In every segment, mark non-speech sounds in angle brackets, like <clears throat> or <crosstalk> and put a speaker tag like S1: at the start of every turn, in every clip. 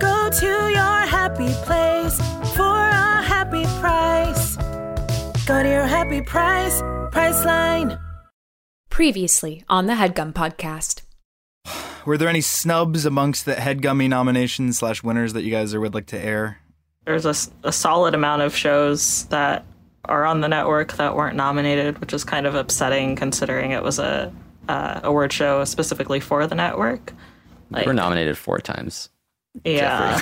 S1: Go to your happy place for a happy price. Go to your happy price, Priceline.
S2: Previously on the Headgum Podcast.
S3: Were there any snubs amongst the headgummy nominations slash winners that you guys are would like to air?
S4: there's a, s- a solid amount of shows that are on the network that weren't nominated, which is kind of upsetting considering it was a uh, award show specifically for the network.
S5: We were nominated four times.
S4: Yeah,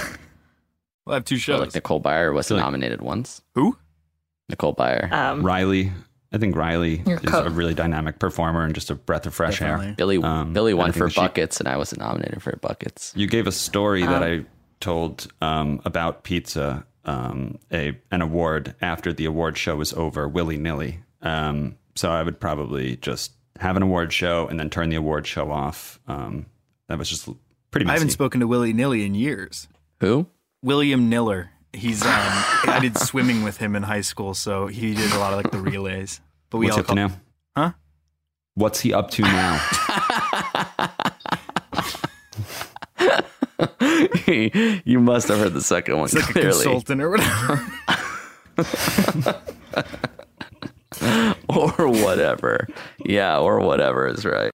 S3: We'll have two
S5: But, like Nicole Byer was nominated once.
S3: Who?
S5: Nicole Byer,
S6: Oh.
S4: um,
S7: Riley. I think Riley
S4: Your
S7: is
S4: coat.
S7: a really dynamic performer and just a breath of fresh
S3: Definitely.
S7: air.
S5: Billy
S7: um,
S5: Billy
S7: and I
S5: won
S7: think
S5: for
S7: that she-
S5: buckets, and I wasn't nominated for buckets.
S7: You gave a story
S4: Um,
S7: that I told um, about pizza, um, a an award after the award show was over, willy nilly. Um, so I would probably just have an award show and then turn the award show off. Um, that was just
S3: I
S7: pretty. Messy.
S3: haven't spoken to Willie Nilly in years.
S5: Who? <laughs>
S3: William Niller. He's um, I
S7: <laughs>
S3: did swimming with him in high school, so he did a lot of like the relays. But we
S7: What's he
S3: all
S7: up to
S3: call-
S7: now?
S3: Huh?
S7: What's he up to now?
S8: <laughs>
S5: you must have heard the second one
S3: He's
S7: <laughs>
S3: like a
S5: clearly,
S3: consultant or whatever.
S5: <laughs> or whatever. Yeah, or whatever is right.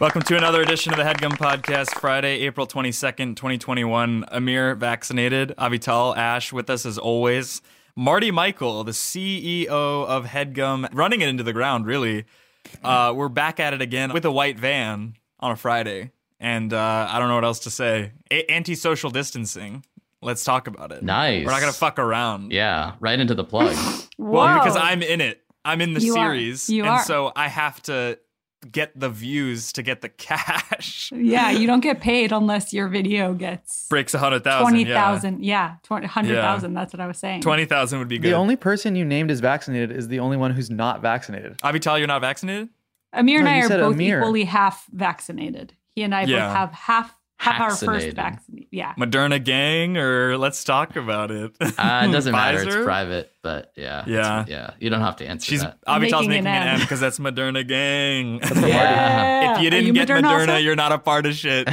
S9: Welcome to another edition of the Headgum Podcast, Friday, April 22nd, 2021. Amir vaccinated, Avital Ash with us as always. Marty Michael, the CEO of Headgum, running it into the ground, really. Uh, we're back at it again with a white van on a Friday. And uh, I don't know what else to say. A- anti-social distancing. Let's talk about it.
S10: Nice.
S9: We're not going to fuck around.
S10: Yeah, right into the plug.
S9: Well, because I'm in it. I'm in the
S6: You are.
S9: series.
S6: You
S9: and
S6: are.
S9: so I have to get the views to get the <laughs> cash.
S6: Yeah, you don't get paid unless your video gets
S9: Breaks a hundred thousand.
S6: twenty
S9: Yeah.
S6: thousand. Yeah, twenty hundred thousand. That's what I was saying.
S9: Twenty thousand would be good.
S8: The only person you named as vaccinated is the only one who's not vaccinated.
S9: Avital, you're not vaccinated?
S6: Amir and
S8: No, you
S6: I are
S8: said
S6: both
S8: Amir.
S6: equally half vaccinated. He and I
S9: Yeah.
S6: both have half <laughs> have our first
S10: Vaccinated.
S6: vaccine. Yeah,
S9: Moderna gang, or let's talk about it.
S10: Uh, it doesn't matter. It's
S9: Pfizer?
S10: private, but yeah.
S9: Yeah.
S10: it's- Yeah. You don't have to answer
S9: She's
S10: that.
S9: Avital's
S6: Making an
S9: making, an
S6: M.
S9: M because that's Moderna gang. <laughs>
S10: Yeah.
S9: if you
S6: Are
S9: didn't
S6: you
S9: get
S6: Moderna
S9: Moderna,
S6: also?
S9: you're not a part
S8: <laughs>
S9: of shit.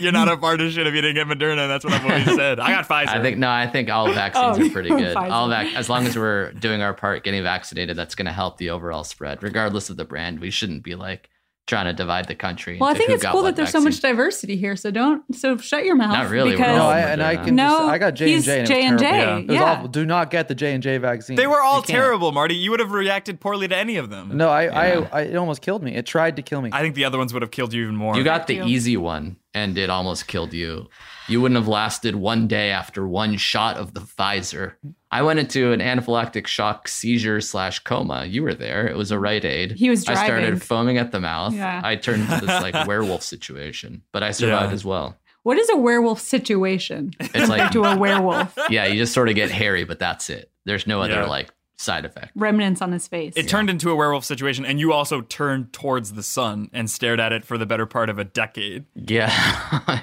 S9: you're not a part of shit if you didn't get Moderna. That's what I've always said. I got Pfizer.
S10: I think no. I think
S6: <laughs>
S10: all vaccines
S6: Oh,
S10: are pretty good.
S6: Pfizer.
S10: All vac- as long as we're doing our part, getting vaccinated, that's going to help the overall spread, regardless of the brand. We shouldn't be like trying to divide the country.
S6: Well, I
S10: into
S6: think
S10: who
S6: it's
S10: got
S6: cool
S10: what
S6: that there's so
S10: vaccine.
S6: much diversity here. So don't. So shut your mouth.
S10: Not really, we're
S6: Because
S8: No,
S10: all-
S8: I, and I
S10: Yeah.
S8: can.
S6: No,
S8: just, I got J and
S6: he's
S8: J.
S6: J&J,
S9: Yeah.
S8: It was
S6: yeah.
S8: awful. Do not get the J and J vaccine.
S9: they were all
S8: You can't.
S9: terrible, Marty. You would have reacted poorly to any of them.
S8: No, I, I, I, it almost killed me. It tried to kill me.
S9: I think the other ones would have killed you even more.
S10: You got the
S6: you.
S10: easy one, and it almost killed you. You wouldn't have lasted one day after one shot of the Pfizer. I went into an anaphylactic shock seizure slash coma. You were there. It was a Rite Aid.
S6: He was
S10: I
S6: driving.
S10: started foaming at the mouth.
S6: Yeah.
S10: I turned into this
S6: <laughs>
S10: like werewolf situation, but I survived
S9: Yeah.
S10: as well.
S6: What is a werewolf situation
S10: It's like,
S6: <laughs> to a werewolf?
S10: yeah, you just sort of get hairy, but that's it. There's no other
S9: Yeah.
S10: like side effect.
S6: Remnants on his face.
S9: It turned into a werewolf situation, and you also turned towards the sun and stared at it for the better part of a decade.
S10: Yeah.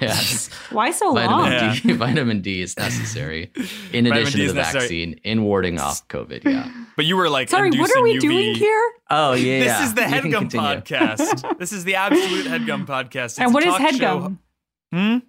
S10: <laughs> yes.
S6: Why so long?
S10: Vitamin
S9: Yeah.
S10: D, <laughs> vitamin D is necessary in
S9: Vitamin
S10: addition
S9: D
S10: to
S9: is
S10: the
S9: necessary.
S10: vaccine in warding off COVID. Yeah.
S9: But you were like,
S6: Sorry, what are
S9: inducing
S6: we
S9: UV.
S6: doing here?
S9: <laughs>
S5: Oh yeah.
S9: This is the Headgum podcast. this is the absolute
S6: <laughs>
S9: Headgum podcast. It's
S6: And
S9: a
S6: what is
S9: talk
S6: headgum?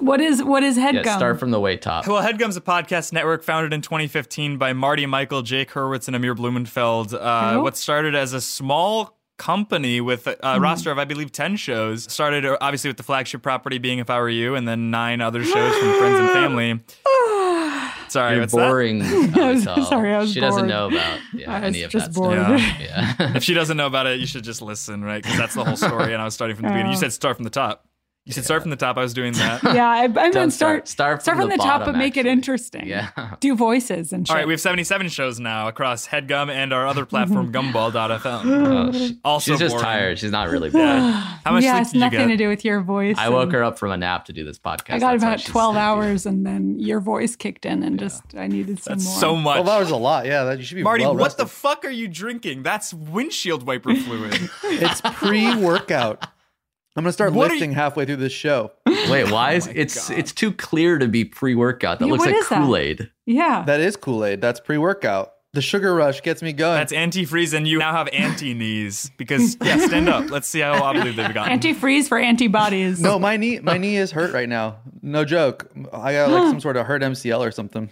S6: What is what is headgum?
S10: Yeah, start from the way top.
S9: Show. Well, Headgum's a podcast network founded in 2015 by Marty Michael, Jake Hurwitz, and Amir Blumenfeld. Uh,
S6: Hello.
S9: what started as a small company with a a roster of, I believe, 10 shows started uh, obviously with the flagship property being If I Were You, and then nine other shows from friends and family. Sorry,
S10: You're
S9: what's that? <laughs>
S10: boring. Avital.
S6: sorry, I was
S10: She
S6: bored.
S10: doesn't know
S6: <laughs>
S10: about yeah,
S6: I was
S10: any of
S6: just
S10: that
S6: bored.
S10: stuff. Yeah. <laughs>
S9: If she doesn't know about it, you should just listen, right? Because that's the whole story, and I was starting from the beginning. You said start from the top. You should start from the top. I was doing that.
S6: yeah, I, I meant
S9: Don't
S6: start
S9: start-
S6: start,
S9: start
S6: from,
S9: from
S6: the,
S9: the
S6: top,
S9: bottom,
S6: but make it interesting.
S9: Yeah.
S6: do voices and shit.
S9: All right, we have 77 shows now across HeadGum and our other platform,
S6: Oh,
S9: Gumball.fm.
S6: sh-
S9: also,
S10: Uh, Oh, she's just
S9: boring.
S10: tired. She's not
S6: <sighs>
S10: really
S9: Yeah.
S10: bad.
S9: How much
S6: yeah,
S9: sleep
S6: it's
S9: did you
S6: nothing
S9: get?
S6: to do with your voice.
S10: I woke her up from a nap to do this podcast.
S6: I got
S10: That's why
S6: about
S10: she's-
S6: twelve hours, and then your voice kicked in, and just I needed some more.
S8: Twelve hours is a lot. Yeah, that you should be.
S9: Marty,
S8: well
S9: what the fuck are you drinking? That's windshield wiper fluid.
S8: <laughs> it's pre-workout. I'm gonna start
S9: What are
S8: lifting halfway through this show.
S10: <laughs> Wait,
S9: <laughs>
S10: why
S9: Oh
S10: is it's it's too clear to be pre-workout? That
S8: Yeah,
S10: looks
S8: what
S10: like
S8: is that?
S10: Kool-Aid.
S6: Yeah,
S8: that is Kool-Aid. That's pre-workout. The sugar rush gets me going.
S9: That's antifreeze, and you now have anti knees
S6: <laughs>
S9: because yeah, stand up. Let's see how obsolete they've gotten.
S6: Antifreeze for antibodies.
S8: no, my knee, my knee is hurt right now. No joke. I got like some sort of hurt MCL or something.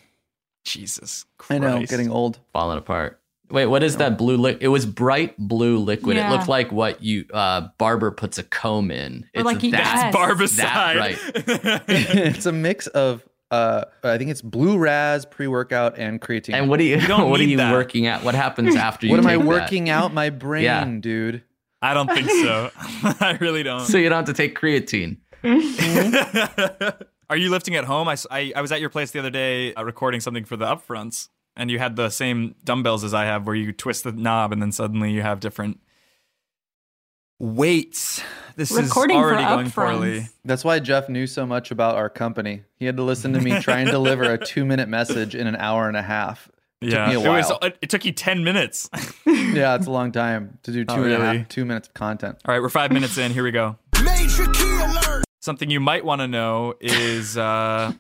S9: Jesus,
S8: I know,
S10: Christ.
S8: getting old.
S10: Falling apart. Wait, what is that blue liquid? It was bright blue liquid.
S6: Yeah.
S10: It looked like what you uh barber puts a comb in.
S6: Or like he-
S10: that,
S6: Yes.
S10: That,
S6: Barbicide.
S10: right.
S8: <laughs> it's a mix of uh, I think it's blue ras pre-workout and creatine.
S10: And what are <laughs> you, what are you working at? What happens after you
S8: What am
S10: take
S8: I
S10: that?
S8: working out? My brain,
S10: <laughs> Yeah.
S8: dude.
S9: <laughs> I don't think so. <laughs> I really don't.
S10: So you don't have to take creatine.
S9: <laughs> Are you lifting at home? I, s- I- I was at your place the other day uh, recording something for the upfronts, and you had the same dumbbells as I have, where you twist the knob and then suddenly you have different weights. This is already going poorly.
S8: That's why Jeff knew so much about our company. He had to listen to
S9: <laughs>
S8: me try and deliver a two-minute message in an hour and a half. It
S9: Yeah,
S8: took me a while.
S9: It, was, it took you ten minutes. <laughs> All
S8: yeah, it's a long time to do two
S9: Not
S8: and a half, two
S9: really.
S8: minutes of content.
S9: right, we're five minutes in. Here we go.
S11: Major key alert.
S9: Something you might want to know is uh,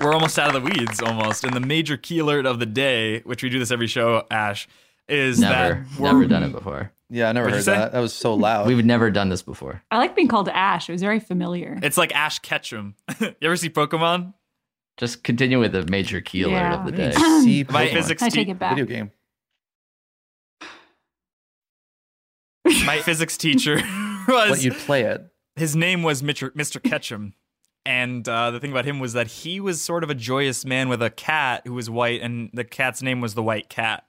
S9: we're almost out of the weeds, almost. And the major key alert of the day, which we do this every show, Ash, is
S10: Never,
S9: that we're
S10: never done it before.
S8: Yeah, I never
S9: What'd you heard say? that.
S8: That was so loud.
S10: We've never done this before.
S6: I like being called Ash. It was very familiar.
S9: It's like Ash Ketchum. <laughs> you ever see Pokemon?
S10: Just continue with the major key alert
S6: Yeah.
S10: of the
S6: Major
S10: day.
S6: <laughs> <clears throat>
S8: See
S9: My
S8: Pokemon.
S9: physics
S6: I take it back.
S8: Video game.
S9: my physics teacher <laughs> was
S8: Let you play it.
S9: his name was Mitch- Mr. Ketchum. And uh, the thing about him was that he was sort of a joyous man with a cat who was white, and the cat's name was the White Cat.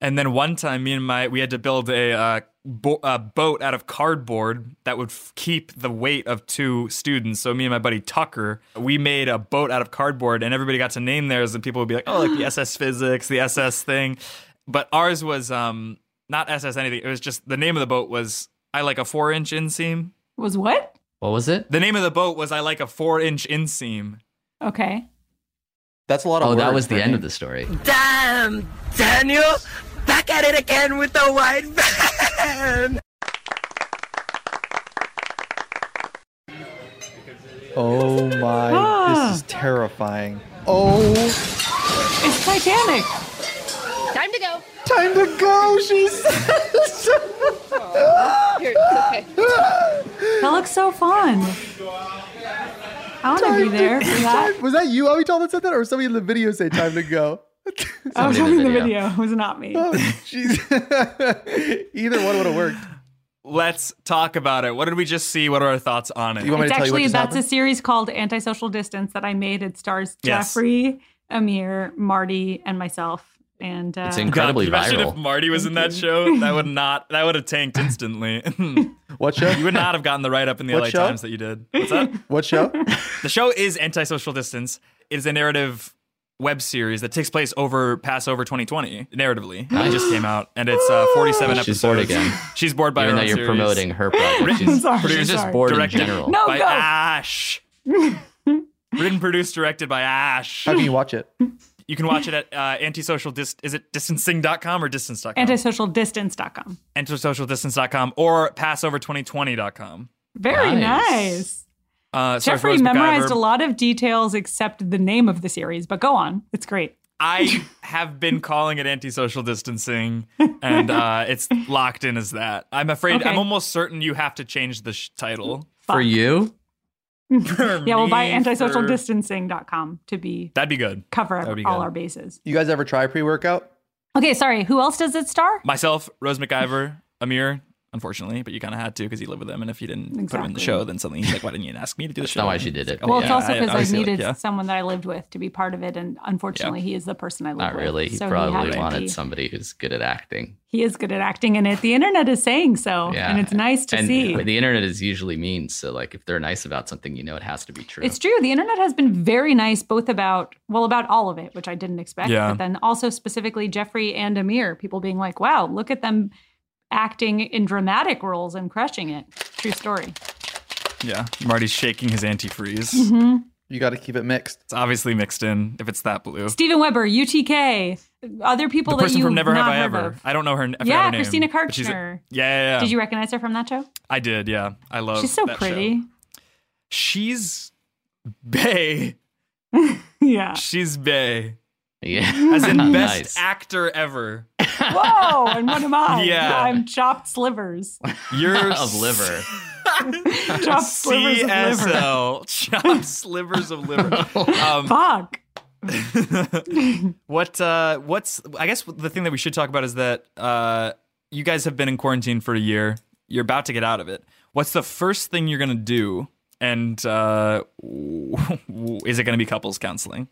S9: And then one time, me and my we had to build a, uh, bo- a boat out of cardboard that would f- keep the weight of two students. So me and my buddy Tucker, we made a boat out of cardboard, and everybody got to name theirs, and people would be like, "Oh, like the SS Physics, the SS thing," but ours was um not SS anything. It was just the name of the boat was I like a four inch inseam.
S6: Was what?
S10: What was it?
S9: The name of the boat was I like a four inch inseam.
S6: Okay.
S8: That's a lot
S10: of Oh, that words was the for end me. of the story.
S11: Damn, Daniel, back at it again with the white <laughs> van.
S8: Oh my,
S6: Ah.
S8: this is terrifying. Oh,
S6: It's Titanic.
S11: Time to go.
S8: Time to go,
S6: <laughs>
S8: she says.
S6: That looks so fun. I want to be there for that.
S8: was that you, Avital, that said that, or somebody in the video say time to go?
S6: I was
S8: Somebody in
S6: showing
S8: the
S6: Oh, the
S8: video.
S6: video. It was not
S8: <laughs>
S6: me.
S8: Either one would have worked.
S9: Let's talk about it. What did we just see? What are our thoughts on it?
S6: it's actually that's a series called Antisocial Distance that I made. It stars
S9: Yes.
S6: Jeffrey, Amir, Marty, and myself. And uh,
S9: God, Imagine if Marty was in that show. That would not. That would have tanked instantly. <laughs>
S8: what show?
S9: You would not have gotten the write up in the
S8: What
S9: LA
S8: show?
S9: Times that you did. What's
S10: <laughs>
S9: that?
S8: What show?
S9: the show is Antisocial Distance. It is a narrative web series that takes place over Passover 2020, narratively.
S10: <gasps>
S9: It just came out, and it's uh, 47 episodes.
S10: She's bored again.
S9: <laughs> She's bored by
S10: Even
S9: her own
S10: though you're
S9: series.
S10: promoting her project.
S9: Written-
S10: She's, she's
S9: produced-
S10: just bored
S9: directed
S10: in general.
S6: No,
S9: by
S6: go. <laughs>
S9: Ash. Written, produced, directed by Ash.
S8: How can you watch it?
S9: You can watch it at uh, antisocial dis- is it distancing.com or distance.com?
S6: antisocialdistance.com.
S9: antisocialdistance.com or passover2020.com.
S6: Very nice.
S9: Nice. Uh, sorry for
S6: Jeffrey
S9: Rose
S6: memorized
S9: MacGyver.
S6: a lot of details except the name of the series, but go on. It's great.
S9: I have been calling it antisocial
S6: <laughs>
S9: distancing, and uh, it's locked in as that. I'm afraid.
S6: Okay.
S9: I'm almost certain you have to change the sh- title.
S10: For you?
S6: <laughs> yeah, we'll buy
S9: me,
S6: antisocial
S9: for-
S6: distancing.com to be
S9: That'd be good.
S6: cover
S9: That'd be
S6: all
S9: good.
S6: our bases.
S8: You guys ever try pre workout?
S6: Okay, sorry. Who else does it star?
S9: Myself, Rose McIver, Amir. unfortunately, but you kind of had to because you lived with him. And if you didn't put him in the
S6: Exactly.
S9: show, then suddenly he's like, why didn't you ask me to do the
S10: That's
S9: show?
S10: not why
S9: And
S10: she
S9: it's
S10: did it,
S9: like,
S10: but
S6: Well,
S9: Oh, yeah,
S6: it's also
S9: I-
S6: because I,
S9: obviously, like,
S6: needed
S9: yeah.
S6: someone that I lived with to be part of it, and unfortunately, he is the person I live
S10: Not
S6: with.
S10: really. He
S6: so had
S10: probably
S6: to
S10: wanted
S6: be-
S10: somebody who's good at acting.
S6: He is good at acting, and it the internet is saying so,
S10: Yeah.
S6: and it's nice to
S10: and
S6: see.
S10: The internet is usually mean, so like if they're nice about something, you know it has to be true.
S6: It's true. The internet has been very nice, both about well, about all of it, which I didn't expect,
S10: Yeah.
S6: but then also specifically Jeffrey and Amir, people being like, "Wow, look at them acting in dramatic roles and crushing it." True story.
S9: Yeah, Marty's shaking his antifreeze.
S6: Mhm.
S9: You got to keep it mixed. It's obviously mixed in if it's that blue.
S6: Stephen Weber, UTK, other people
S9: the person
S6: that you
S9: from Never Have
S6: not
S9: I
S6: heard
S9: Ever.
S6: of.
S9: I don't know her. I forgot
S6: Yeah,
S9: her name,
S6: Christina
S9: but she's a-
S6: Karchner.
S9: yeah, yeah, yeah.
S6: Did you recognize her from that show?
S9: I did. Yeah, I love.
S6: She's so
S9: that show. <laughs>
S6: pretty.
S9: She's Bay.
S6: yeah.
S9: She's
S6: <laughs>
S9: Bay.
S10: <laughs> Yeah.
S9: As in best
S10: Nice.
S9: actor ever.
S6: Whoa! And what am I?
S9: Yeah.
S6: I'm
S9: <laughs>
S6: chopped slivers.
S9: You're
S10: <laughs>
S9: <laughs>
S10: of liver.
S6: chopped slivers of liver.
S9: CSL. Chopped <laughs> slivers of
S10: <laughs>
S9: liver. Um,
S6: Fuck.
S9: <laughs> What uh what's I guess the thing that we should talk about is that uh you guys have been in quarantine for a year. You're about to get out of it. What's the first thing you're going to do? And uh <laughs> is it going to be couples counseling?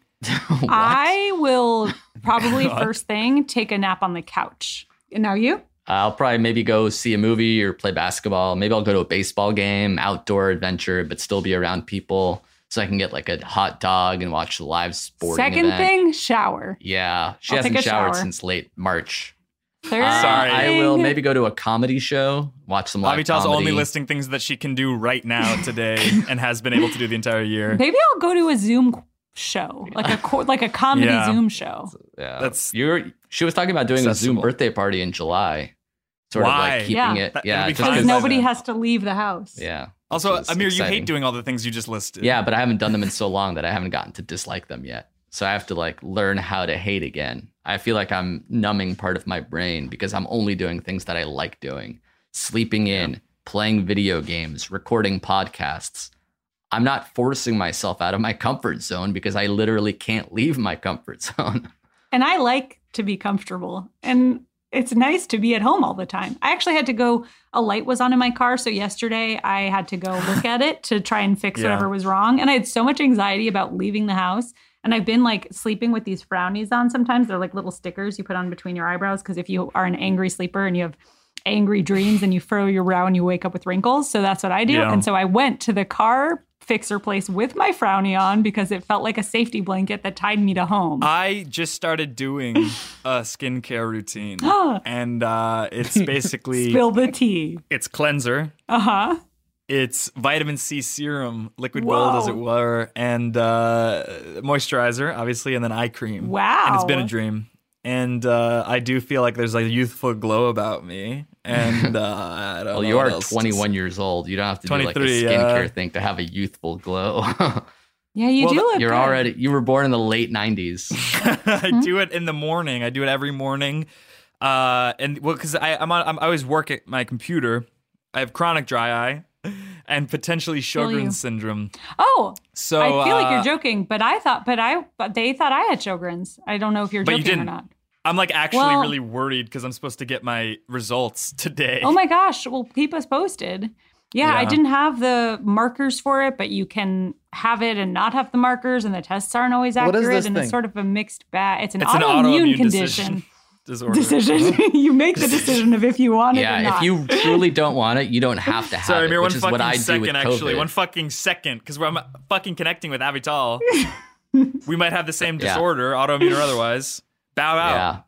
S6: I will
S10: <laughs>
S6: probably
S10: What?
S6: first thing take a nap on the couch. And now you?
S10: I'll probably maybe go see a movie or play basketball. Maybe I'll go to a baseball game, outdoor adventure, but still be around people so I can get like a hot dog and watch the live sporting
S6: Second
S10: event.
S6: thing, shower.
S10: Yeah, she
S6: I'll
S10: hasn't
S6: take a
S10: showered
S6: shower.
S10: since late March.
S6: Third
S10: Uh, I
S6: thing-
S10: will maybe go to a comedy show, watch some live
S9: Avital's
S10: comedy.
S9: only listing things that she can do right
S10: <laughs>
S9: now today and has been able to do the entire year.
S6: Maybe I'll go to a Zoom show, like a co- like a comedy
S10: Yeah.
S6: Zoom show.
S10: Yeah, that's you're. She was talking about doing a Zoom birthday party in July, sort
S9: Why?
S10: of like keeping
S6: Yeah.
S10: it.
S9: That-
S10: yeah,
S9: that'd be
S10: just
S9: fine.
S6: Because
S10: 'cause-
S6: nobody has to leave the house.
S10: Yeah.
S9: Also,
S10: Which is
S9: Amir, you
S10: exciting.
S9: hate doing all the things you just listed.
S10: Yeah, but I haven't done them in so long that I haven't gotten to dislike them yet. So I have to like learn how to hate again. I feel like I'm numbing part of my brain because I'm only doing things that I like doing. Sleeping in, playing video games, recording podcasts. I'm not forcing myself out of my comfort zone because I literally can't leave my comfort <laughs> zone.
S6: And I like to be comfortable. And it's nice to be at home all the time. I actually had to go, a light was on in my car. So yesterday I had to go look at it to try and fix
S12: Yeah.
S6: whatever was wrong. And I had so much anxiety about leaving the house. And I've been like sleeping with these frownies on sometimes. They're like little stickers you put on between your eyebrows. Cause if you are an angry sleeper and you have angry dreams and you furrow your brow and you wake up with wrinkles. So that's what I do.
S12: Yeah.
S6: And so I went to the car fixer place with my frownie on because it felt like a safety blanket that tied me to home.
S9: I just started doing a skincare
S10: <gasps>
S9: routine, and uh,
S10: <laughs>
S9: it's basically
S6: Spill the tea.
S9: It's cleanser,
S6: Uh huh.
S9: it's vitamin C serum, liquid gold as it
S6: Whoa.
S9: were, and uh, moisturizer, obviously, and then eye cream.
S6: Wow.
S9: And it's been a dream. And uh, I do feel like there's a youthful glow about me. And
S6: <laughs>
S9: uh, I don't
S10: Well,
S9: know
S10: you
S9: what
S10: are
S9: else to
S10: 21 years old. You don't have to do like a
S9: 23, yeah.
S10: skincare thing to have a youthful glow.
S6: Yeah, you do
S10: <laughs>
S6: look
S10: You're
S6: good.
S10: already. You were born in the late 90s.
S9: <laughs> I do it in the morning. I do it every morning. Uh, and well, because I'm on, I'm, I always work at my computer. I have chronic dry eye and potentially
S6: Feel you.
S9: Sjogren's syndrome.
S6: Oh,
S9: So
S6: I feel like
S9: uh,
S6: you're joking, but I thought, but I, but they thought I had Sjogren's. I don't know if you're
S9: But
S6: joking
S9: you
S6: or
S9: didn't.
S6: not.
S9: I'm like actually
S6: Well-
S9: really worried because I'm supposed to get my results today.
S6: Oh my gosh! Well, keep us posted. Yeah, I
S9: Yeah.
S6: didn't have the markers for it, but you can have it and not have the markers, and the tests aren't always
S9: What
S6: accurate,
S9: is this
S6: and
S9: thing?
S6: it's sort of a mixed bag. It's an,
S9: It's an
S6: autoimmune,
S9: autoimmune
S6: condition.
S9: decision. Disorder.
S6: Decision.
S9: <laughs>
S6: <laughs> you make the decision of if you want it or
S10: Yeah,
S6: not.
S10: if you truly don't want it, you don't
S9: <laughs>
S10: have to have
S9: Sorry,
S10: it,
S9: Amir, one
S10: which is
S9: fucking
S10: what I do
S9: second,
S10: with COVID.
S9: actually. One fucking second, because I'm fucking connecting with
S6: <laughs>
S9: Avital. we might have the same
S10: Yeah.
S9: disorder, autoimmune or otherwise. Bow out.
S10: Yeah.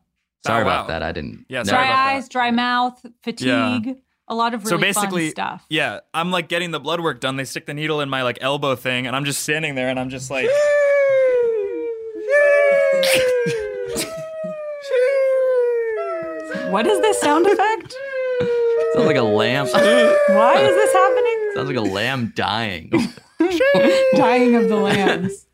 S10: Sorry
S9: Bow
S10: about
S9: wow.
S10: that. I didn't.
S9: Yeah, sorry about
S6: dry eyes, dry mouth, fatigue, a lot of really
S9: so basically,
S6: fun stuff.
S9: yeah, I'm like getting the blood work done. They stick the needle in my like elbow thing, and I'm just standing there, and I'm just like,
S6: What is this sound effect?
S10: Sounds like
S9: <laughs>
S10: a lamb.
S6: Why is this happening?
S10: Sounds like a lamb dying. <laughs>
S6: Dying of the lambs.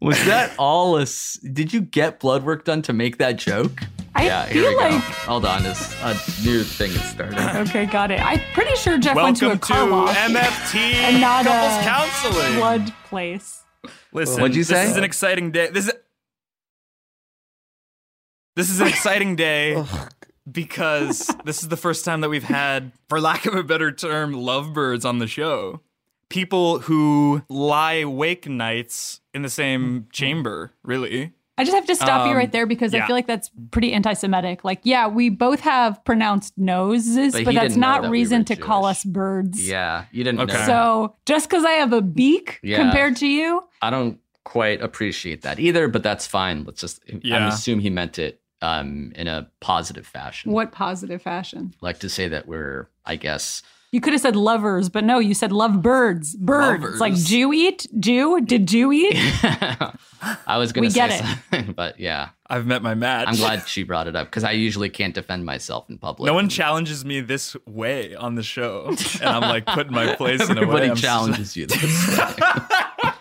S10: Was that all? A s- Did you get blood work done to make that
S9: <laughs>
S10: joke?
S6: I
S10: yeah, here
S6: feel
S10: we go.
S6: like-
S10: Hold on, this a new thing is starting.
S9: <laughs>
S6: Okay, got it. I'm pretty sure Jeff went to a
S9: Welcome
S6: car
S9: to
S6: wash
S9: MFT
S6: and not
S9: Couples
S6: a
S9: Counseling.
S6: blood place.
S9: "Listen,
S10: What'd you
S9: this
S10: say?
S9: is an exciting day. This is this is an exciting day because this is the first time that we've had, for lack of a better term, lovebirds on the show. People who lie awake nights in the same chamber, really.
S6: I just have to stop you
S9: Um,
S6: right there because I
S9: yeah.
S6: feel like that's pretty anti-Semitic. Like, yeah, we both have pronounced noses,
S10: But
S6: but,
S10: he
S6: that's
S10: didn't know
S6: not
S10: that we
S6: reason
S10: were
S6: to call us birds.
S10: Yeah, you didn't know.
S6: So just because I have a beak
S10: Yeah.
S6: compared to you,
S10: I don't quite appreciate that either, but that's fine. Let's just I
S6: Yeah.
S10: assume he meant it um, in a positive fashion.
S6: what positive fashion?
S10: Like to say that we're, I guess,
S6: You could have said lovers, but no, you said love birds. Birds. It's Like
S10: Lovers.
S6: Jew eat? Jew? Did Jew eat?
S10: <laughs> I was going
S6: We
S10: to
S6: get
S10: say
S6: it.
S10: something, <laughs> but yeah.
S9: I've met my match.
S10: I'm glad she brought it up because I usually can't defend myself in public.
S9: No one challenges me this way on the show, and I'm like putting my place in a way.
S10: Everybody
S9: I'm just-
S10: challenges you. This way.
S9: all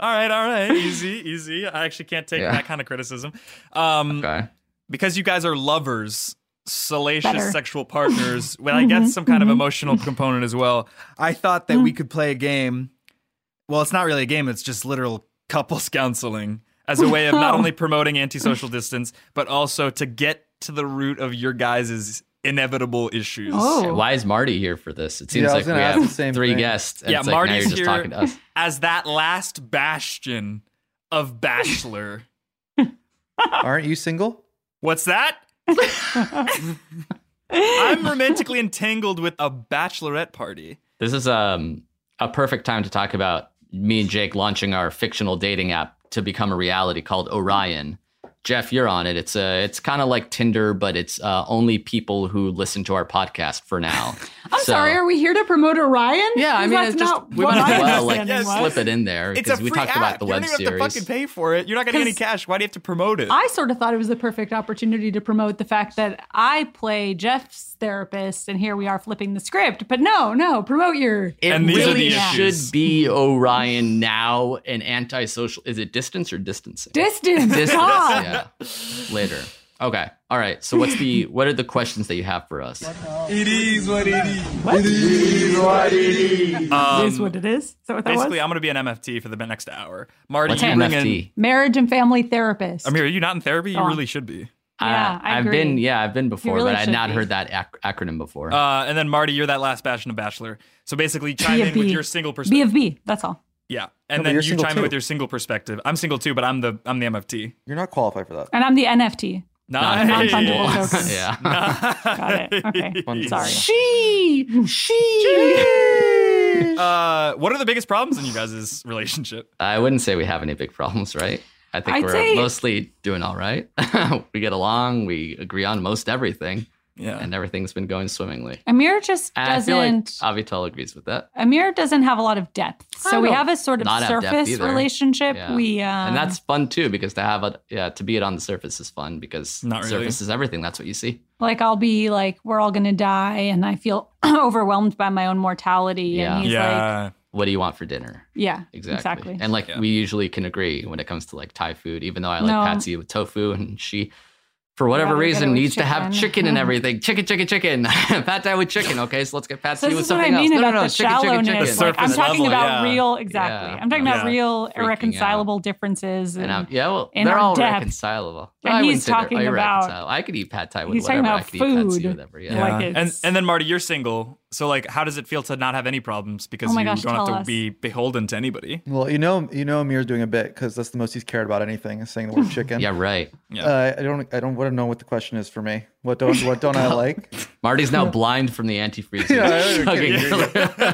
S9: right, all right, easy, easy. I actually can't take
S10: Yeah.
S9: that kind of criticism. Um,
S10: okay.
S9: Because you guys are lovers, salacious
S12: Better. <laughs>
S9: sexual partners. Well, I guess
S12: Mhm,
S9: some kind of
S12: mhm.
S9: emotional component as well. I thought that
S12: Mm-hmm.
S9: we could play a game. Well, it's not really a game. It's just literal couples <laughs> counseling as a way of not
S12: Oh.
S9: only promoting antisocial distance, but also to get to the root of your guys' inevitable issues.
S10: Oh. Why is Marty here for this? It seems
S9: Yeah, I
S10: like
S9: was
S10: we
S9: gonna ask
S10: have
S9: the same
S10: three
S9: thing.
S10: guests. And
S9: yeah,
S10: it's like, now
S9: Marty's
S10: you're just
S9: here
S10: talking to us.
S9: as that last bastion of bachelor.
S8: Aren't you single?
S9: What's that? I'm romantically entangled with a bachelorette party.
S10: This is um, a perfect time to talk about me and Jake launching our fictional dating app to become a reality called Orion. Jeff, you're on it. It's a, it's kind of like Tinder, but it's uh, only people who listen to our podcast for now.
S6: <laughs> I'm sorry, are we here to promote Orion? Yeah,
S10: I mean,
S6: that's
S10: it's just-
S6: not
S10: we
S6: what
S10: might as
S6: I
S10: well like
S6: understand
S10: slip it in there
S9: It's a
S10: because
S9: free
S10: we talked
S9: app.
S10: about the
S9: you
S10: web
S9: don't even have to
S10: series.
S9: fucking pay for it. You're not going to get any cash. Why do you have to promote it?
S6: I sort of thought it was the perfect opportunity to promote the fact that I play Jeff's therapist, and here we are flipping the script. But no, no, promote your.
S10: It
S9: And these are
S10: really
S9: the issues.
S10: should be Orion now and antisocial. Is it distance or distancing?
S6: Distance,
S10: Distance,
S6: God.
S10: yeah. Later. Okay. All right. So what's the what are the questions that you have for us?
S9: It is what it is.
S6: It is what it is.
S9: Um,
S6: It is what it is. Is that what that was?
S9: Basically, I'm going to be an MFT for the next hour. Marty,
S10: What's
S9: you
S10: an
S9: bring in.
S10: MFT?
S6: Marriage and family therapist.
S9: Amir, are you not in therapy? You
S6: Go on.
S9: really should be.
S6: Yeah, I
S10: have
S6: agree.
S10: been yeah, I've been before,
S6: really
S10: but I've
S6: should
S10: not
S6: be.
S10: heard that ac- acronym before.
S9: Uh, and then Marty, you're that last bastion of Bachelor. So basically, chime in with your single perspective.
S6: B of B. That's all.
S9: Yeah, and
S8: but
S9: then you
S8: you're single
S9: chime in
S8: too.
S9: with your single perspective. I'm single too, but I'm the I'm the MFT.
S8: You're not qualified for that.
S6: And I'm the NFT.
S9: Nice.
S6: Non-fungible
S10: <laughs>
S6: token.
S10: yeah. <laughs>
S6: Got it. Okay. Sorry.
S10: She.
S9: She. Uh, what are the biggest problems in you guys' relationship?
S10: I wouldn't say we have any big problems, right? I think
S9: I'd
S10: we're
S9: say-
S10: mostly doing all right. <laughs> we get along, we agree on most everything.
S9: Yeah.
S10: And everything's been going swimmingly.
S6: Amir just
S10: And I feel like uh,
S6: doesn't.
S10: Avital agrees with that.
S6: Amir doesn't have a lot of depth,
S10: I
S6: so we
S10: don't
S6: have a sort of
S10: not have depth
S6: surface
S10: either.
S6: relationship.
S10: Yeah.
S6: We uh,
S10: and that's
S9: Um.
S10: fun too because to have a yeah to be it on the surface is fun because
S9: Not really.
S10: surface is everything. That's what you see.
S6: like I'll be like, we're all gonna die, and I feel <clears throat> overwhelmed by my own mortality. And he's like,
S10: what do you want for dinner?
S6: yeah,
S10: Exactly.
S6: exactly.
S10: And like we usually can agree when it comes to like Thai food, even though I like
S6: No.
S10: Patsy with tofu and she for whatever
S6: Rather get it
S10: reason
S6: with
S10: needs to have
S6: chicken.
S10: chicken
S6: <laughs>
S10: and
S6: Mm.
S10: everything. Chicken, chicken, chicken. <laughs> Pad Thai with chicken. Okay, so let's get Pad
S6: So
S10: Thai
S6: this
S10: with
S6: is what I
S10: something else.
S6: mean
S10: No, no,
S6: about
S10: no,
S6: the
S10: chicken, chicken, chicken.
S6: shallowness. Like, I'm talking about real, exactly.
S10: Yeah.
S6: I'm talking about
S10: Yeah.
S6: real
S10: Freaking
S6: irreconcilable differences.
S10: And
S6: And
S10: I'm, yeah, well,
S6: in
S10: they're
S6: our
S10: all
S6: depth.
S10: reconcilable.
S6: And
S10: I wouldn't
S6: he's
S10: say they're
S6: talking about-
S10: irreconcilable. I could eat pad thai with
S6: he's talking
S10: whatever. I
S6: about
S10: could eat patsy
S6: food.
S10: with whatever. Yeah.
S6: Like
S9: and
S6: it's-
S9: and then Marty, you're single, so like, how does it feel to not have any problems because
S6: Oh my
S9: you
S6: gosh,
S9: don't have
S6: tell
S9: to
S6: us.
S9: be beholden to anybody?
S8: Well, you know, you know, Amir's doing a bit because Eh, that's the most he's cared about anything is saying the word chicken.
S10: Yeah, right.
S8: Uh, I don't, I don't want to know what the question is for me. What don't, what don't I like?
S10: Marty's now blind from the <laughs> antifreeze.
S8: Yeah,
S10: he's
S8: I-
S10: chugging. <laughs>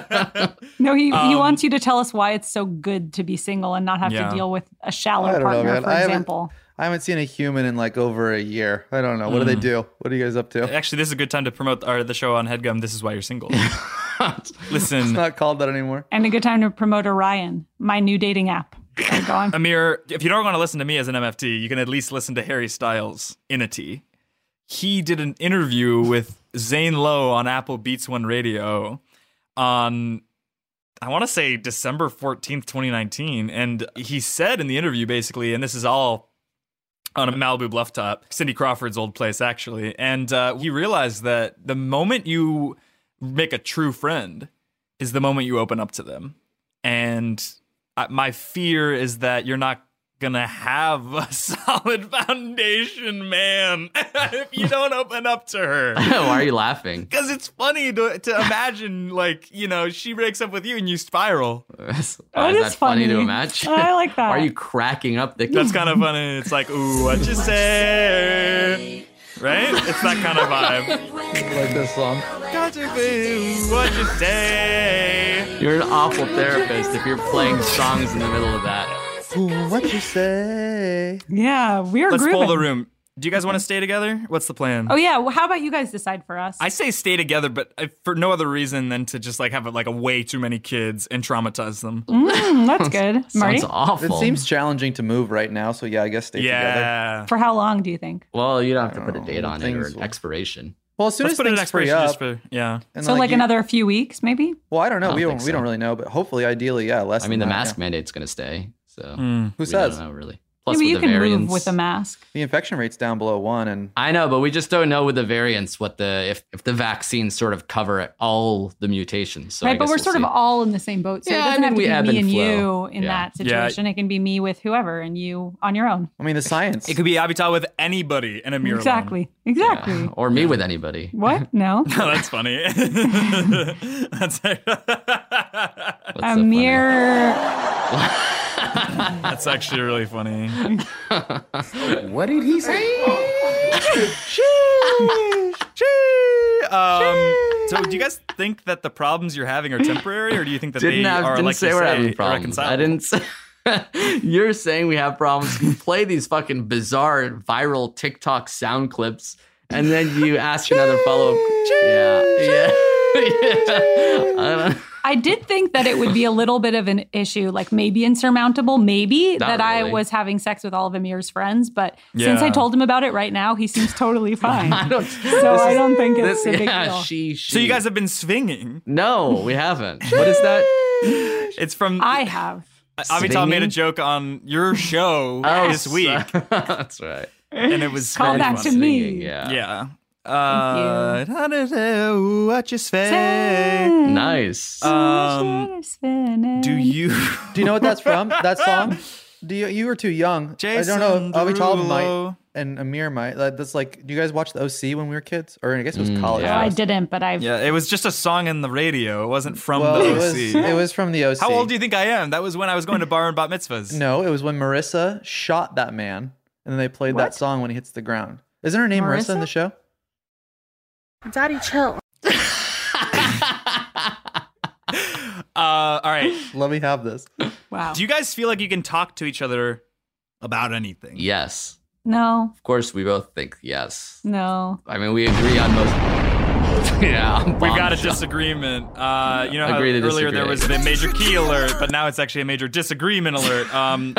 S6: no, he, he
S10: Um,
S6: wants you to tell us why it's so good to be single and not have
S8: Yeah.
S6: to deal with a
S8: I
S6: shallow
S8: don't know,
S6: partner,
S8: man.
S6: for
S8: I haven't-
S6: example.
S8: I haven't seen a human in like over a year. I don't know. What do they
S9: Mm.
S8: do? What are you guys up to?
S9: Actually, this is a good time to promote our, the show on Headgum. This is why
S8: <laughs>
S9: you're single. Listen,
S8: It's not called that anymore.
S6: And a good time to promote Orion, my new dating app.
S9: <laughs> Amir, if you don't want to listen to me as an MFT, you can at least listen to Harry Styles in a T. He did an interview with Zane Lowe on Apple Beats One Radio on I want to say December 14th, 2019. And he said in the interview basically, and this is all on a Malibu blufftop, Cindy Crawford's old place, actually. And uh, he realized that the moment you make a true friend uh, is the moment you open up to them. And I, my fear is that you're not gonna have a <laughs> solid foundation, man, <laughs> if you don't open up to her. <laughs>
S10: Why are you laughing?
S9: Because it's funny to, to imagine, like, you know, she breaks up with you and you spiral.
S6: <laughs>
S10: That's, Why is that funny. to imagine?
S9: I like that.
S10: Why are you cracking up? The-
S9: That's kind of funny. It's like, ooh, what you say? Right? It's that kind of vibe.
S8: like this song.
S9: Gotcha, boo, what you say?
S10: You're an awful therapist if you're playing songs in the middle of that.
S8: what you say?
S6: Yeah, we're
S9: Let's
S6: grooving.
S9: pull the room. Do you guys want to stay together? What's the plan?
S6: Oh yeah. Well, how about you guys decide for us?
S9: I say stay together, but uh, for no other reason than to just like have like a way too many kids and traumatize them.
S6: Mm, that's good, Marty.
S8: It seems challenging to move right now, so yeah, I guess stay together.
S6: For how long do you think?
S10: Well, you don't have to
S8: Oh,
S10: put a date on it or an expiration.
S8: Well, as soon
S9: Let's
S8: as
S9: put an
S8: things free
S9: expiration
S8: up,
S9: just for- yeah.
S8: and
S6: so like,
S8: you-
S6: another few weeks, maybe.
S8: Well, I don't know.
S10: I don't
S8: we don't.
S10: think
S8: We don't
S10: so.
S8: really know, but hopefully, ideally, yeah, less.
S10: I mean, the
S8: than that,
S10: mask
S8: yeah.
S10: mandate's going to stay. So
S8: Hmm.
S9: mm.
S8: Who
S10: we
S8: says?
S10: Don't know really.
S6: Yeah,
S10: Plus,
S6: but
S10: with
S6: you
S10: the
S6: can move
S10: variants,
S6: with a mask.
S8: The infection rate's down below one, and
S10: I know, but we just don't know with the variants what the if if the vaccines sort of cover all the mutations. So I
S6: right, but
S10: guess
S6: we're
S10: we'll
S6: sort of
S10: see.
S6: all in the same boat. So
S10: Yeah,
S6: it
S10: I
S6: doesn't
S10: mean, we
S6: have
S10: ebb
S6: to be me
S10: and
S6: and
S10: flow.
S6: you in
S10: Yeah.
S6: that
S9: Yeah.
S6: situation. It can be me with whoever and you on your own.
S8: I mean, the science.
S9: It could be Abital with anybody in a mirror. <laughs>
S6: Exactly. Exactly.
S10: <laughs> or me with anybody.
S6: What?
S10: <laughs>
S6: No.
S9: No, Oh, that's funny. <laughs> that's, <laughs>
S6: a mirror.
S9: that's actually really funny.
S10: what did he
S11: say?
S9: Um, so, do you guys think that the problems you're having are temporary, or do you think that
S10: Didn't
S9: they
S10: have-
S9: are
S10: didn't
S9: like
S10: say
S9: you
S10: we're
S9: say,
S10: having problems. I didn't say. <laughs> You're saying we have problems. You play these fucking bizarre viral TikTok sound clips, and then
S9: <laughs>
S10: you ask another follow up. Yeah, yeah. <laughs>
S9: <laughs>
S10: I don't-
S6: I did think that it would be a little bit of an issue, like maybe insurmountable, maybe
S10: Not
S6: that I
S10: really.
S6: was having sex with all of Amir's friends. But since I
S10: Yeah.
S6: told him about it right now, he
S10: <laughs>
S6: seems totally fine.
S10: I don't-
S6: so I don't think it's
S10: this-
S6: a big
S10: yeah,
S6: deal.
S10: She, she.
S9: So you guys have been swinging.
S10: No, we haven't. What is that?
S9: It's from
S6: I have.
S9: <laughs> Avital made a
S10: Swinging?
S9: joke on
S8: <laughs>
S9: your show
S10: Oh,
S9: this week,
S10: <laughs> That's right.
S9: and it was
S6: Call
S9: very
S6: back
S9: funny.
S6: to me.
S10: Yeah.
S9: Yeah. Uh, I don't know what you say.
S10: Nice.
S9: Um, do you?
S8: Do you know what that's from? That song? Do you? You were too young. I don't
S9: Jason
S8: know. Avital
S9: Derulo.
S8: might and Amir might. That- That's like. Do you guys watch the OC when we were kids, or I guess it
S10: Mm,
S8: was college?
S6: Oh, I
S8: for us.
S6: didn't, but I've.
S9: Yeah, it was just a song in the radio. It wasn't from
S8: Well,
S9: the
S8: it
S9: OC.
S8: was. It was from the OC.
S9: How old do you think I am? That was when I was going to bar and bat mitzvahs.
S8: No, it was when Marissa shot that man, and then they played that song when he hits the ground. Isn't her name Marissa, in
S6: Marissa?
S8: the show?
S1: Daddy,
S10: <laughs>
S1: chill.
S9: Uh, all right.
S8: Let me have this.
S6: Wow.
S9: Do you guys feel like you can talk to each other about anything?
S10: Yes.
S6: no,
S10: Of course, we both think yes.
S6: no.
S10: I mean, we agree on most. <laughs> Yeah.
S9: We've got a
S10: bombshell.
S9: disagreement. Uh, you know how
S10: Agree
S9: earlier
S10: to
S9: there
S10: disagree.
S9: was the major key alert, but now it's actually a major disagreement alert.
S10: <laughs>
S9: Um,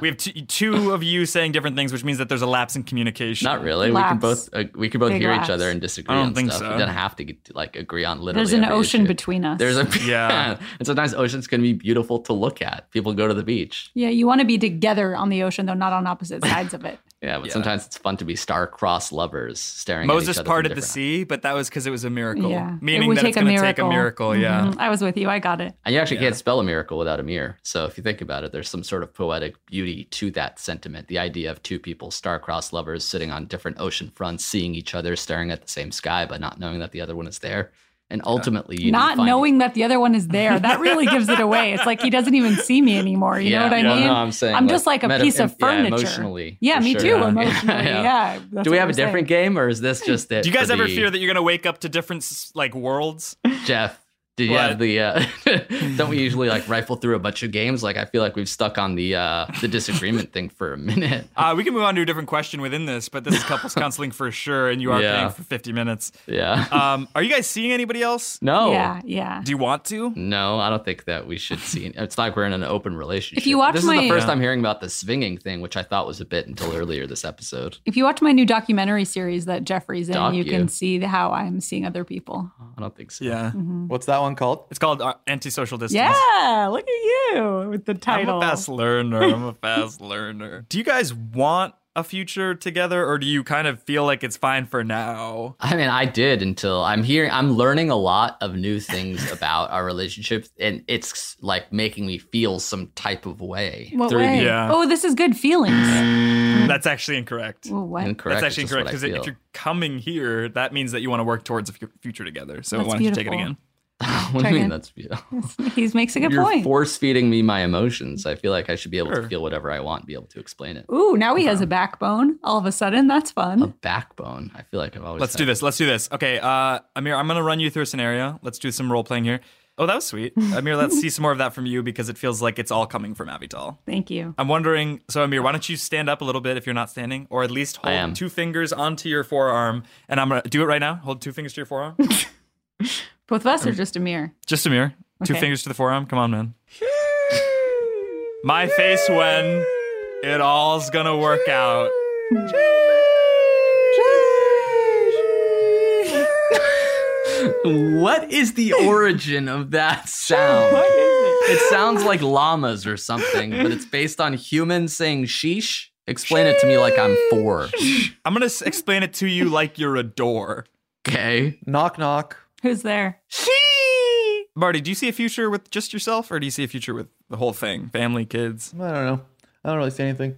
S9: we have t- two of you saying different things, which means that there's a lapse in communication.
S10: Not really. We can both uh, we can both
S6: Big
S10: hear
S6: laughs.
S10: each other and disagree
S9: I don't
S10: on
S9: think
S10: stuff.
S9: so.
S10: We don't have to get, like agree on literally.
S6: There's an
S10: every
S6: ocean
S10: issue.
S6: between us.
S10: There's a
S9: <laughs> Yeah.
S10: <laughs> and sometimes oceans can be beautiful to look at. People go to the beach.
S6: yeah, you want to be together on the ocean, though not
S10: <laughs>
S6: on opposite sides of it.
S10: Yeah, but sometimes it's fun to be star-crossed lovers staring. at
S9: Moses
S10: each other
S9: parted the
S10: from different-
S9: sea, but that was because it was a miracle.
S6: Yeah, It
S9: Meaning
S6: would
S9: that it's going to take a miracle. Yeah.
S6: Mhm. I was with you. I got it.
S10: And you actually can't spell a miracle without a mirror. So if you think about it, there's some sort of poetic beauty to that sentiment. The idea of two people, star-crossed lovers, sitting on different ocean fronts, seeing each other, staring at the same sky, but not knowing that the other one is there. And ultimately, you do
S6: not
S10: find-
S6: knowing that the other one is there. That really gives it away. It's like he doesn't even see me anymore. You know what I
S10: yeah,
S6: mean?
S10: No, I'm saying
S6: just like a
S10: meta-
S6: piece of
S10: em- yeah,
S6: furniture.
S10: emotionally.
S6: Yeah,
S10: for
S6: me
S10: sure. <laughs>
S6: too. Emotionally. Yeah. that's
S10: Do we
S6: what
S10: have
S6: I'm
S10: a different game, or is this just it?
S9: Do you guys
S10: for
S9: ever
S10: the-
S9: fear that you're going to wake up to different s- like worlds?
S10: Jeff? Do you have
S9: <laughs>
S10: the? Uh, don't we usually like rifle through a bunch of games? Like I feel like we've stuck on the uh, the disagreement thing for a minute. <laughs>
S9: Uh, we can move on to a different question within this, but this is couples counseling for sure, and you are
S10: Yeah.
S9: paying for 50 minutes.
S10: Yeah.
S9: Um, are you guys seeing anybody else?
S10: No.
S6: Yeah, yeah.
S9: Do you want to?
S10: No, I don't think that we should see. It's like we're in an open relationship.
S6: If you watch
S10: this is
S6: my-
S10: the first
S6: Yeah.
S10: time hearing about the swinging thing, which I thought was a bit until earlier this episode.
S6: If you watch my new documentary series that Jeffrey's in, you
S10: Docu.
S6: can see how I'm seeing other people.
S10: I don't think so.
S9: Yeah.
S8: What's that one called?
S9: It's called uh, antisocial distance.
S6: Mm-hmm. Yeah, look at you with the
S9: I'm <laughs>
S6: title.
S9: a fast learner. I'm a fast learner. Do you guys want a future together, or do you kind of feel like it's fine for now?
S10: I mean, I did until I'm hearing, I'm learning a lot of new things <laughs> about our relationship, and it's like making me feel some type of way.
S6: What way? Oh, this is good feelings.
S9: That's actually incorrect.
S6: Mm. Well, what?
S10: Incorrect
S9: That's actually
S10: is just what
S9: incorrect
S10: I
S9: because if
S10: feel.
S9: you're coming here, that means that you want to work towards a fu- future together. So
S6: That's
S9: why don't you take it again?
S6: beautiful.
S10: <laughs> what do
S6: Try
S10: you
S6: again.
S10: mean? That's
S6: <laughs>
S10: beautiful.
S6: He makes a good
S10: You're
S6: point.
S10: force feeding me my emotions. I feel like I should be able
S6: Sure.
S10: to feel whatever I want, and be able to explain it.
S6: Ooh, now he has a backbone. All of a sudden, that's
S10: Oh.
S6: fun.
S10: Backbone. I feel like I've always.
S9: Let's do this. Let's do this. Okay, uh, Amir, I'm gonna run you through a scenario. Let's do some role playing here. Oh, that was
S6: <laughs>
S9: sweet, Amir. let's see some more of that from you because it feels like it's all coming from Avital.
S6: Thank you.
S9: I'm wondering, so Amir, why don't you stand up a little bit if you're not standing, or at least
S10: I am.
S9: hold two fingers onto your forearm, and I'm gonna do it right now. Hold two fingers to your
S10: <laughs>
S9: forearm.
S6: Both of us are just a mirror.
S9: Just Amir, two
S6: Okay.
S9: fingers to the forearm. Come on, man. My face when it all's gonna work out. <laughs>
S10: what is <laughs> the origin of that sound? it sounds like llamas or something, but it's based on humans saying sheesh. Explain it to me like I'm four.
S9: I'm gonna s- explain it to you like you're a door.
S10: Okay.
S8: Knock knock.
S6: Who's there?
S9: Marty, do you see a future with just yourself, or do you see a future with the whole thing? Family, kids?
S8: I don't know. I don't really see anything.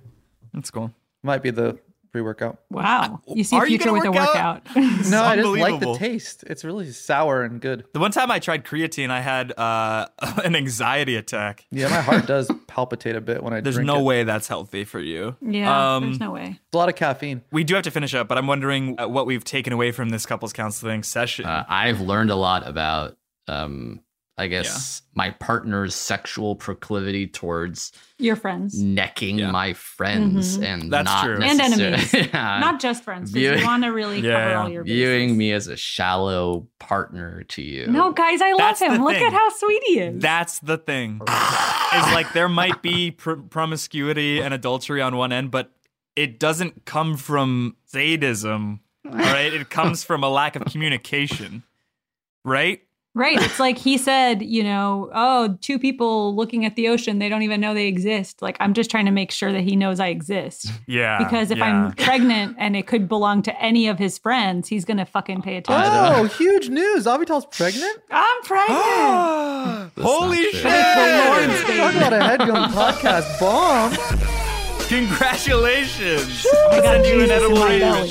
S9: That's cool.
S8: Might be the pre workout.
S6: Wow. You see a
S9: Are you
S6: future
S9: gonna
S6: with a
S9: work
S6: workout.
S9: out?
S6: <laughs>
S8: No, I just like the
S9: Unbelievable.
S8: taste. It's really sour and good.
S9: The one time I tried creatine, I had uh, <laughs> an anxiety attack.
S8: Yeah, my heart does <laughs> palpitate a bit when I
S9: There's
S8: drink
S9: no
S8: it.
S9: way that's healthy for you.
S6: Yeah,
S9: Um,
S6: there's no way.
S8: A lot of caffeine.
S9: We do have to finish up, but I'm wondering uh, what we've taken away from this couples counseling session.
S10: Uh, I've learned a lot about, um, I guess, my partner's sexual proclivity towards
S6: Your friends.
S10: necking my friends
S6: Mhm.
S10: and
S6: That's
S10: not
S6: true. And
S10: necessarily- <laughs>
S6: enemies.
S10: Yeah.
S6: Not just friends, 'cause
S10: Viewing-
S6: you want to really cover all your bases.
S10: viewing me as a shallow partner to you.
S6: No, guys, I love
S9: That's
S6: him.
S9: the
S6: Look
S9: thing.
S6: at how sweet he is.
S9: That's the thing. is like there might be pr- promiscuity and adultery on one end, but it doesn't come from sadism, all right? It comes from a lack of communication, right?
S6: Right. It's like he said, you know, oh, two people looking at the ocean, they don't even know they exist. Like, I'm just trying to make sure that he knows I exist.
S9: Yeah.
S6: Because if I'm <gasps> pregnant and it could belong to any of his friends, he's going to fucking pay
S8: <laughs>
S6: attention.
S8: Oh, huge news. Avital's pregnant?
S6: I'm pregnant.
S9: Holy shit!
S8: Talk about a headgum podcast bomb.
S9: Congratulations! I'm gonna send you an edible raven.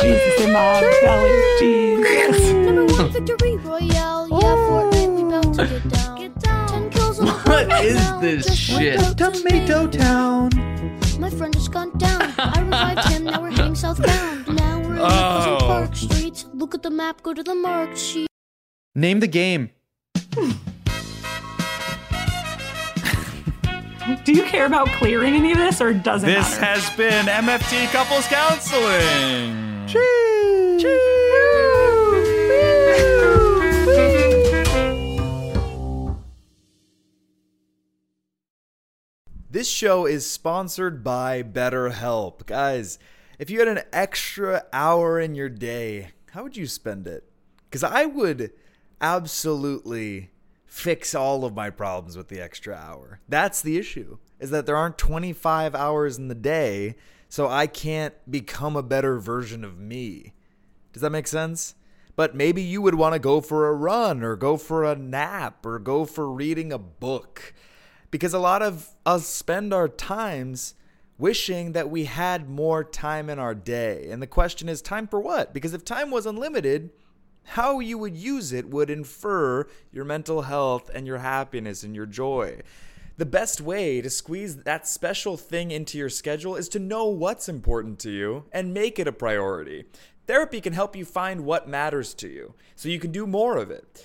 S6: Jesus in my belly.
S10: What is this shit?
S8: Tomato Town.
S12: My friend has gone down. I revived him. Now we're heading southbound. Now we're in the
S8: Oh.
S12: Pleasant Park streets. Look at the map. Go to the marked sheet.
S8: Name the game.
S6: Do you care about clearing any of this or doesn't
S9: This
S6: matter?
S9: has been MFT Couples Counseling.
S13: This show is sponsored by BetterHelp. Guys, if you had an extra hour in your day, how would you spend it? Because I would absolutely fix all of my problems with the extra hour. That's the issue, is that there aren't 25 hours in the day, so I can't become a better version of me. Does that make sense? But maybe you would want to go for a run or go for a nap or go for reading a book. Because a lot of us spend our times wishing that we had more time in our day. And the question is time for what? Because if time was unlimited, how you would use it would infer your mental health and your happiness and your joy. The best way to squeeze that special thing into your schedule is to know what's important to you and make it a priority. Therapy can help you find what matters to you so you can do more of it.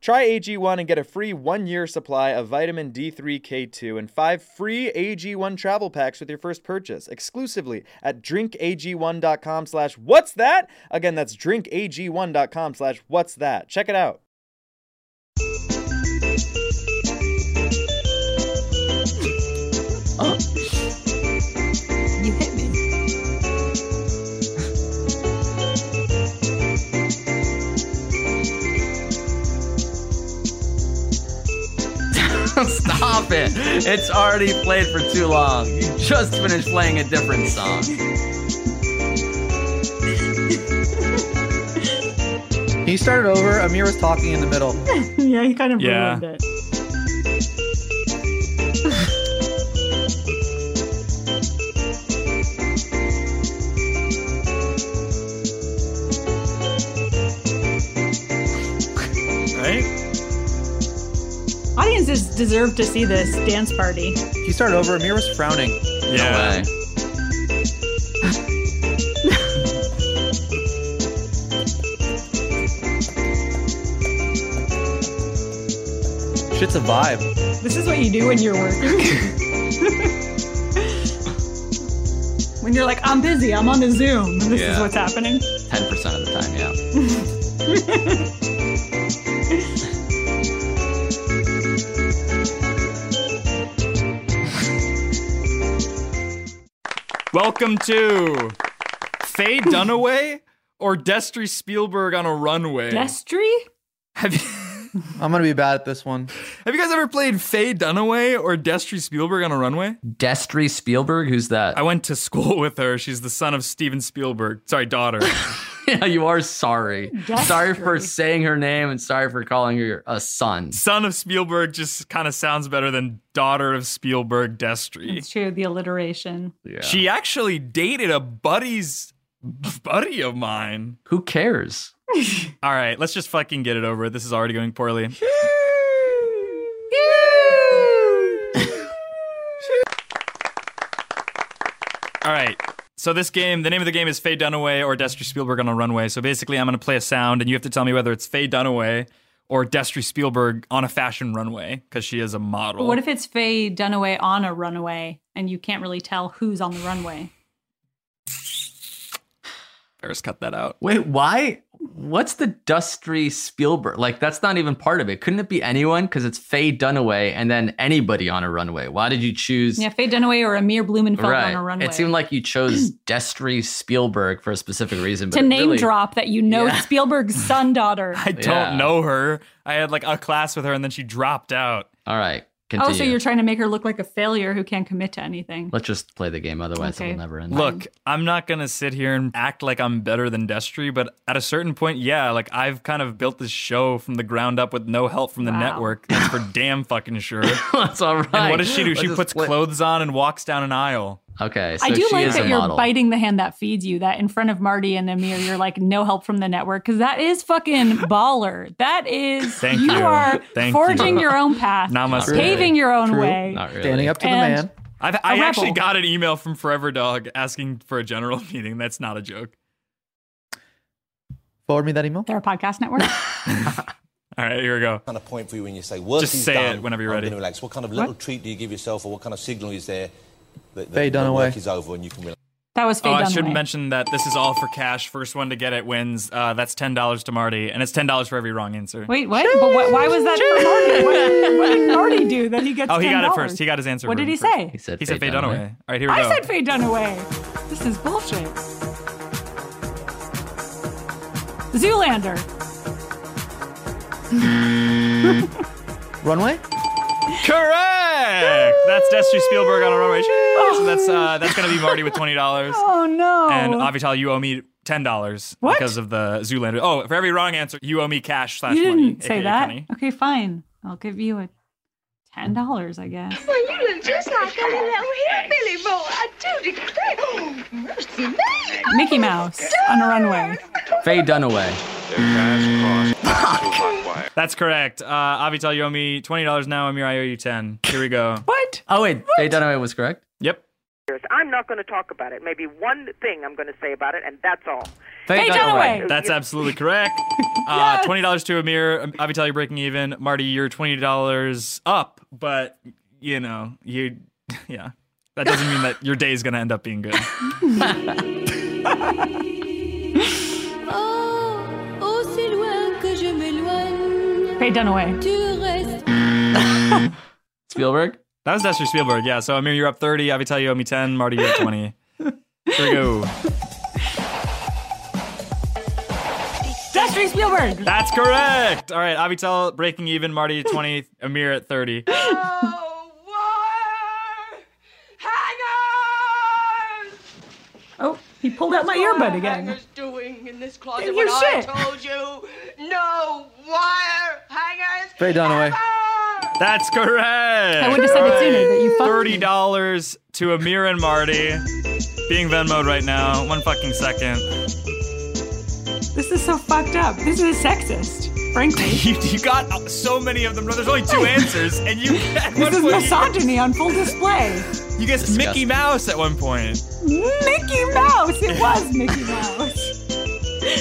S9: Try AG1 and get a free one year supply of vitamin D3K2 and five free AG1 travel packs with your first purchase exclusively at drinkag1.com slash what's that? Again, that's drinkag1.com slash what's that. Check it out.
S14: You hit me.
S10: <laughs> Stop it. It's already played for too long. You just finished playing a different song.
S15: He started over. Amir was talking in the middle.
S6: yeah, he kind of
S15: Yeah.
S6: ruined it.
S7: Right?
S6: Audiences deserve to see this dance party.
S15: He started over. Amir was frowning.
S7: Yeah.
S15: Shit's a vibe.
S6: This is what you do when you're working. <laughs> when you're like, I'm busy, I'm on a Zoom. This is
S10: Yeah.
S6: what's happening.
S10: 10% of the time, yeah.
S7: Welcome to Faye Dunaway or Destry Spielberg on a runway.
S6: Destry?
S15: I'm gonna be bad at this one.
S7: Have you guys ever played Faye Dunaway or Destry Spielberg on a runway?
S10: Destry Spielberg? Who's that?
S7: I went to school with her. She's the son of Steven Spielberg. Sorry, <laughs> daughter.
S10: <laughs> yeah, you are sorry. Sorry for saying her name and sorry for calling her a son.
S7: Son of Spielberg just kind of sounds better than daughter of Spielberg, Destry.
S6: It's true, the alliteration.
S7: She actually dated a buddy's buddy of mine.
S10: Who cares?
S7: All right, let's just fucking get it over. with. This is already going poorly. All right. So this game, the name of the game is Faye Dunaway or Destry Spielberg on a runway. So basically, I'm going to play a sound, and you have to tell me whether it's Faye Dunaway or Destry Spielberg on a fashion runway because she is a model.
S6: But what if it's Faye Dunaway on a runway and you can't really tell who's on the runway?
S7: Paris cut that out?
S10: Wait, why? What's the Dustry Spielberg? Like, that's not even part of it. Couldn't it be anyone? Because it's Faye Dunaway and then anybody on a runway. Why did you choose?
S6: Yeah, Faye Dunaway or Amir Blumenfeld on a runway.
S10: It seemed like you
S6: <clears throat>
S10: chose Destry Spielberg for a specific reason. But
S6: to
S10: it
S6: name
S10: really-
S6: drop that you know
S10: <laughs>
S6: Spielberg's son daughter.
S7: I don't know her. I had like a class with her, and then she dropped out.
S10: All right,
S6: Oh, so you're trying to make her look like a failure who can't commit to anything.
S10: Let's just play the game, otherwise
S6: Okay.
S10: it'll never end.
S7: Look, I'm not gonna sit here and act like I'm better than Destry, but at a certain point, yeah, like I've kind of built this show from the ground up with no help from the
S10: Wow.
S7: network. That's
S6: <laughs>
S7: for damn fucking sure.
S10: <laughs> that's all right.
S7: And what does she do?
S10: Let's
S7: she
S10: just
S7: puts
S10: play-
S7: clothes on and walks down an aisle.
S10: Okay,
S6: I do like that you're
S7: model.
S6: biting the hand that feeds you. That in front of Marty and Amir, you're like no help from the network because that is fucking baller. That is
S7: Thank
S6: you,
S7: you.
S6: are
S7: Thank
S6: forging
S7: you.
S6: your own path,
S7: Namaste.
S6: paving your own way.
S15: Standing up to
S6: And-
S15: the man.
S7: I've, I
S6: A
S7: actually
S6: rebel.
S7: got an email from Forever Dog asking for a general meeting. That's not a joke.
S15: Forward me that email.
S6: They're a podcast network.
S7: All right, here we go.
S16: kind of point for you when you say work
S7: Just
S16: is
S7: say
S16: done,
S7: it whenever you're
S16: I'm
S7: ready.
S16: gonna relax. What kind of little treat do you give yourself, or what kind of signal is there the,
S8: Faye
S16: the
S8: Dunaway.
S16: work is over and you can relax.
S6: That was Faye
S9: Oh, I
S6: Dunaway.
S9: should mention that this is all for cash. First one to get it wins. Uh, that's ten dollars to Marty, and it's ten dollars for every wrong answer.
S6: Wait, what? But why, why was that for Marty? What did, what did Marty do that he gets?
S9: Oh, he got it
S6: $10?
S9: first. He got his answer.
S6: What did he
S9: first.
S6: say? He
S9: said,
S6: said
S9: he said
S6: Faye
S9: Faye Dunaway.
S6: Dunaway.
S9: All right, here we
S6: I
S9: go.
S6: said Faye Dunaway. This is bullshit. Zoolander.
S8: Runway?
S9: Correct.
S6: <gasps>
S9: That's Destry Spielberg on a runway. So that's uh, that's gonna be Marty with twenty dollars.
S6: <laughs> Oh no.
S9: And Avital, you owe me ten dollars because of the Zoolander. Oh, for every wrong answer, you owe me cash slash
S6: you didn't
S9: money.
S6: say
S9: aka
S6: that.
S9: Kenny.
S6: Okay, fine. I'll give you a ten dollars, I guess.
S17: Well, you look just like a little hillbilly boy. I do declare. Oh, mercy me.
S6: Mickey Mouse on a runway.
S5: Faye Dunaway.
S9: That's correct. Uh, Avital, you owe me twenty dollars now. Amir, I owe you ten. Here we go.
S6: what?
S5: Oh wait, Faye Dunaway was correct.
S9: Yep.
S18: I'm not going to talk about it. Maybe one thing I'm going to say about it, and that's all.
S9: That's absolutely correct. Uh, Twenty dollars to Amir. Avital, you're breaking even. Marty, you're twenty dollars up, but you know you, <laughs> yeah. That doesn't mean that your day is gonna end up being good.
S12: Oh, oh, c'est loin que je m'éloigne.
S6: Faye Dunaway.
S12: Tu restes.
S9: Spielberg. That was Destry Spielberg. Yeah. So Amir, you're up thirty. Avital, you owe me ten. Marty, you owe twenty. Here we go.
S6: Destry Spielberg.
S9: That's correct. All right, Avital breaking even. Marty at twenty. Amir at thirty.
S6: Oh, he pulled out my earbud again.
S17: Hangers doing in this closet
S6: Didn't
S17: when
S6: hear
S17: I
S6: shit.
S17: told you no wire hangers.
S8: Faye Dunaway.
S9: That's correct. I
S6: would've said it sooner, but you fucked
S9: Thirty dollars to Amir and Marty. Being Venmoed right now. One fucking second. <laughs>
S6: This is so fucked up. This is sexist, frankly.
S9: you, you got so many of them. There's
S8: <laughs>
S9: only two answers, and you at one
S6: This is
S9: point,
S6: misogyny on full display.
S9: you guessed Mickey Mouse at one point.
S6: Mickey Mouse. It was
S9: <laughs>
S6: Mickey Mouse.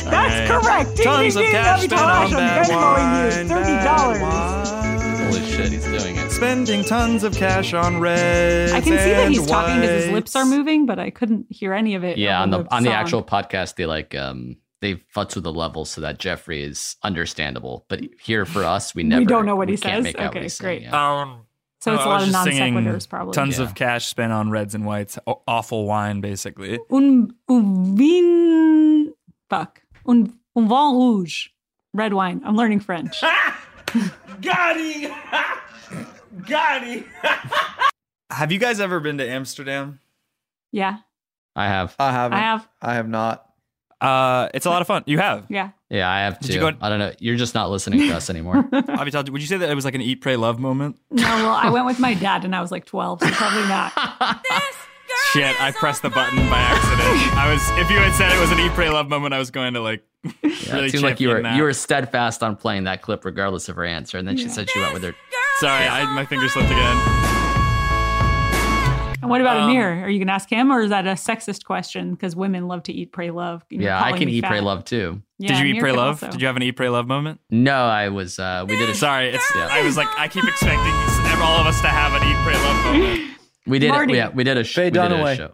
S6: That's
S9: All right.
S6: correct. Ding,
S9: Tons
S6: ding,
S9: of
S6: ding.
S9: cash
S6: Abby
S9: spent
S6: Tosh,
S9: on
S6: I'm
S9: that
S6: Venmoing you
S9: wine,
S6: Thirty dollars.
S5: Holy shit, he's doing it.
S9: Spending tons of cash on red.
S6: I can see that he's talking because his lips are moving, but I couldn't hear any of it.
S10: Yeah, on the on the
S6: song.
S10: actual podcast, they like um they futz with the levels so that Jeffrey is understandable. But here for us, we never
S6: <laughs> we don't know what he
S10: can't
S6: says.
S10: make out what
S6: Okay,
S10: he's
S6: great.
S9: Um,
S6: so it's a
S9: I
S6: lot
S9: was
S6: of non
S9: just singing
S6: sequiturs, probably.
S9: Tons of cash spent on reds and whites. Aw- awful wine, basically.
S6: un un vin fuck un un vin rouge, red wine. I'm
S9: <laughs>
S6: learning French.
S9: Gotti! Gotti! Have you guys ever been to Amsterdam?
S6: yeah,
S10: I have.
S8: I haven't.
S6: I have.
S8: I have not.
S9: Uh, it's a lot of fun. You
S8: <laughs>
S9: have.
S6: Yeah.
S10: Yeah, I have
S9: Did you
S10: too.
S9: go-
S10: I don't know. You're just not listening to us
S6: <laughs>
S10: anymore.
S9: Avital, would you say that it was like an eat, pray, love moment?
S6: No, well, I went
S10: <laughs>
S6: with my dad and I was like 12, so probably not.
S9: Shit, I pressed the button by accident.
S6: <laughs>
S9: I was if you had said it was an eat pray love moment, I was going to like
S10: Yeah,
S9: really
S10: it seemed like you
S9: champion
S10: were
S9: that.
S10: you were steadfast on playing that clip regardless of her answer, and then she
S6: Yeah.
S10: said she went with her.
S9: Sorry, I, my finger slipped again.
S6: And what about
S9: Um,
S6: Amir? Are you going to ask him or is that a sexist question? Because women love to eat, pray, love. You're
S10: Yeah, I
S6: calling
S10: can
S6: me
S10: eat, pray,
S6: fat.
S10: love too.
S6: Yeah,
S9: Did you eat
S6: Amir
S9: pray
S6: can
S9: love?
S6: also.
S9: Did you have an eat pray love moment?
S10: No, I was. uh We did it.
S9: Sorry, it's I was like I keep expecting all of us to have an eat pray love moment.
S10: We did. It,
S9: Marty.
S10: yeah, we did a, sh-
S8: Faye
S10: we did a
S8: Dunaway.
S10: show.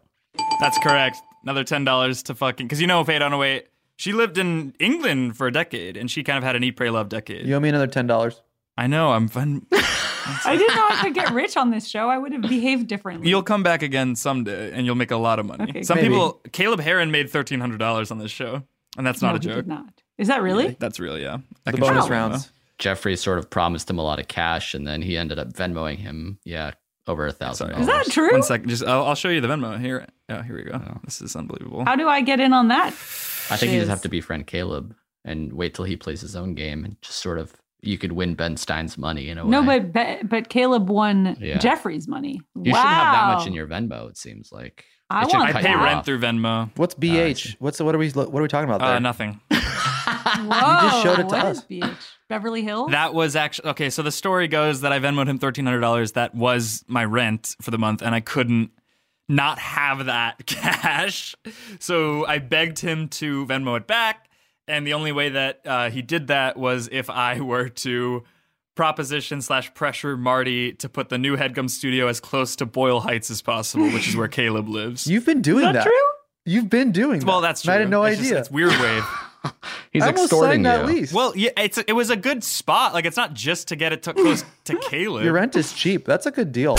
S9: That's correct. Another ten dollars to fucking because you know Faye Dunaway. She lived in England for a decade, and she kind of had an eat pray love decade.
S8: You owe me another ten dollars.
S9: I know. I'm fun.
S6: I didn't know I
S9: <laughs>
S6: could get rich on this show. I would have behaved differently.
S9: You'll come back again someday, and you'll make a lot of money.
S6: Okay,
S9: Some
S6: Maybe.
S9: people. Caleb Heron made thirteen hundred dollars on this show, and that's not
S6: No,
S9: a
S6: he did
S9: joke.
S6: not. Is that really?
S9: Yeah, that's real. Yeah.
S10: I
S9: The
S10: can show
S9: bonus
S10: you.
S9: rounds.
S10: Jeffrey sort of promised him a lot of cash, and then he ended up Venmoing him. Yeah, over a thousand.
S9: Is
S6: that true?
S9: One second. Just I'll, I'll show you the Venmo here. Yeah, here we go. This is unbelievable.
S6: How do I get in on that?
S10: I think you
S6: Shiz.
S10: just have to befriend Caleb and wait till he plays his own game, and just sort of you could win Ben Stein's money in a way.
S6: No, but, but but Caleb won
S10: Yeah.
S6: Jeffrey's money.
S10: you
S6: wow.
S10: shouldn't have that much in your Venmo. It seems like
S6: I
S10: It should
S6: want
S10: cut
S6: that.
S10: you
S6: I pay
S10: off.
S9: through Venmo.
S8: What's BH? What's what are we what are we talking about there?
S9: Uh, nothing.
S10: <laughs>
S6: Whoa,
S8: just showed it to
S6: what
S8: us.
S6: is BH? Beverly Hills?
S9: That was actually okay. So the story goes that I Venmoed him thirteen hundred dollars. That was my rent for the month, and I couldn't not have that <laughs> cash. So I begged him to <laughs> Venmo it back, and the only way that uh, he did that was if I were to proposition slash pressure Marty to put the new headgum studio as close to Boyle Heights as possible, which is
S8: <laughs>
S9: where Caleb lives.
S8: You've been doing
S9: Is that true?
S8: You've been doing
S9: Well,
S8: that.
S9: that's true.
S8: And I had no
S9: It's just-
S8: idea.
S9: it's weird wave.
S10: He's I almost extorting signed that you.
S9: Well, yeah, it's it was a good spot. Like it's not just to get it
S8: <gasps>
S9: to, close to Caleb.
S8: Your rent is cheap. That's a good deal.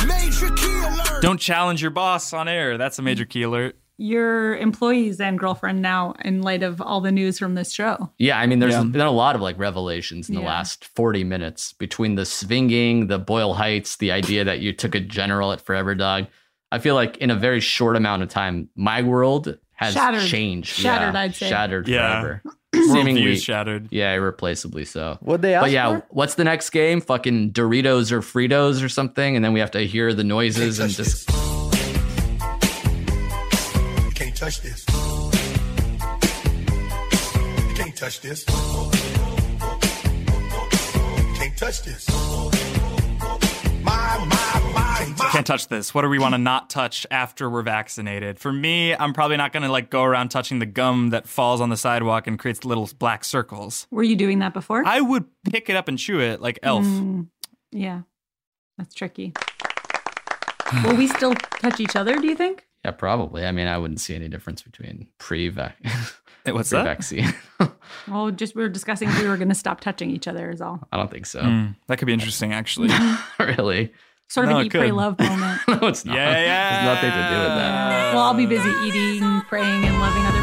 S9: Don't challenge your boss on air. That's a major key alert.
S6: Your employees and girlfriend now, in light of all the news from this show.
S10: Yeah, I mean, there's been a lot of like revelations in the
S6: Yeah.
S10: last 40 minutes between the swinging, the Boyle Heights, the idea that you took a general at Forever Dog. I feel like in a very short amount of time, my world has
S6: Shattered.
S10: changed.
S6: Shattered,
S10: Yeah,
S6: I'd say.
S10: Shattered
S9: Yeah. <clears throat>
S10: forever.
S9: Worldviews
S10: Seemingly
S9: shattered.
S10: Yeah, irreplaceably so.
S8: What they
S10: But
S8: ask
S10: yeah,
S8: for?
S10: what's the next game? Fucking Doritos or Fritos or something, and then we have to hear the noises and just
S16: You can't touch this. You can't touch this. You can't touch this. My, my, my, my.
S9: Can't touch this. What do we want to not touch after we're vaccinated? For me, I'm probably not going to like go around touching the gum that falls on the sidewalk and creates little black circles.
S6: Were you doing that before?
S9: I would pick it up and chew it like Elf.
S6: Mm, yeah, that's tricky. Will we still touch each other? Do you think?
S10: yeah, probably. I mean, I wouldn't see any difference between pre-vac. <laughs>
S9: What's that?
S10: Vaccine.
S6: Well, just we were discussing if we were going to stop touching each other. Is all
S10: I don't think so.
S9: Mm, that could be interesting, actually.
S10: <laughs> really? <laughs>
S6: sort of
S9: No,
S6: an
S9: it
S6: eat, pray,
S9: could. <laughs>
S6: love moment.
S10: no, it's not.
S9: Yeah,
S10: There's nothing to do with that.
S6: well, I'll be busy eating, praying, and loving other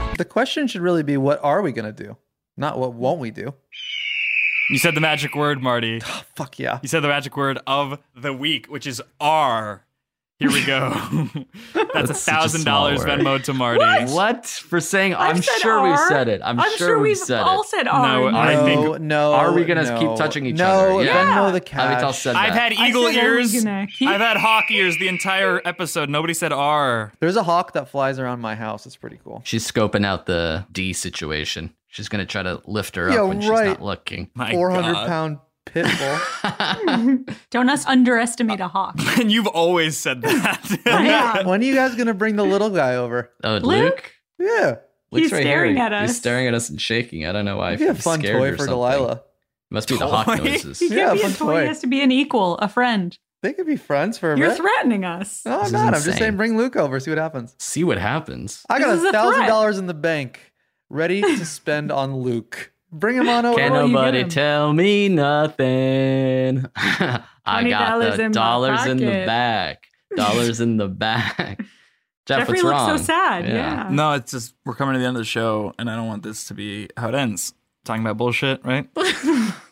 S6: people.
S8: The question should really be what are we going to do? Not what won't we do? Ah,
S9: You said the magic
S8: <sighs>
S9: word, Marty.
S8: fuck yeah.
S9: You said the magic word of the week, which is R. Here we go. That's a
S10: That's such a
S9: thousand
S10: small
S9: dollars
S10: word.
S9: Venmo to Marty.
S10: What? For saying, i am
S6: said
S10: sure we've
S6: R.
S10: said it. I'm,
S6: I'm
S10: sure,
S6: sure
S10: we've
S6: we've
S10: said
S6: all
S10: it.
S6: said R.
S10: I
S8: No,
S10: think.
S8: no,
S10: Are we gonna
S8: no.
S10: keep touching each
S8: No,
S10: other?
S8: Venmo the
S10: Avital
S8: cash.
S10: said
S9: I've
S10: that.
S9: had eagle
S6: said, are we
S9: ears.
S6: gonna keep-
S9: I've had hawk ears the entire episode. Nobody said R.
S8: There's a hawk that flies around my house. It's pretty cool.
S10: She's scoping out the D situation. She's gonna try to lift her
S8: Yeah,
S10: up when she's
S8: right.
S10: not looking.
S8: 400 pound pit
S9: <laughs>
S8: bull.
S6: Don't us underestimate
S10: <laughs>
S6: a hawk.
S9: And you've always said that.
S6: Yeah.
S8: when are you guys going to bring the little guy over?
S10: Oh, Luke.
S8: Yeah.
S10: Luke's
S8: He's
S10: right
S8: staring
S10: here.
S8: at us.
S10: He's staring at us and shaking. I don't know why.
S8: It'd be a
S10: I'm
S8: fun
S10: scared
S8: toy
S10: or
S8: for
S10: something.
S8: Delilah.
S10: Must be the hawk
S8: Toy?
S10: noises.
S6: He can't
S8: Yeah,
S6: be a
S8: fun
S6: toy.
S8: toy.
S6: He has to be an equal, a friend.
S8: They could be friends for a
S6: You're
S8: bit.
S6: threatening us.
S8: No, I'm
S10: is
S8: not. I'm just
S10: insane.
S8: saying bring Luke over, see what happens.
S10: See what happens.
S8: I
S6: This is
S8: got
S6: a
S8: a
S6: threat.
S8: thousand dollars in the bank ready
S6: <laughs>
S8: to spend on Luke. Bring him on over.
S10: Can
S8: Well, you
S10: nobody
S8: get him.
S10: tell me nothing? <laughs> I got
S6: $20
S10: the
S6: in my
S10: dollars in the
S6: pocket.
S10: back. Dollars in the
S6: <laughs>
S10: back. Jeff,
S6: Jeffrey
S10: what's
S6: looks so
S10: wrong?
S6: sad, yeah.
S9: No, it's just we're coming to the end of the show, and I don't want this to be how it ends. Talking about bullshit,
S6: <laughs>
S9: right?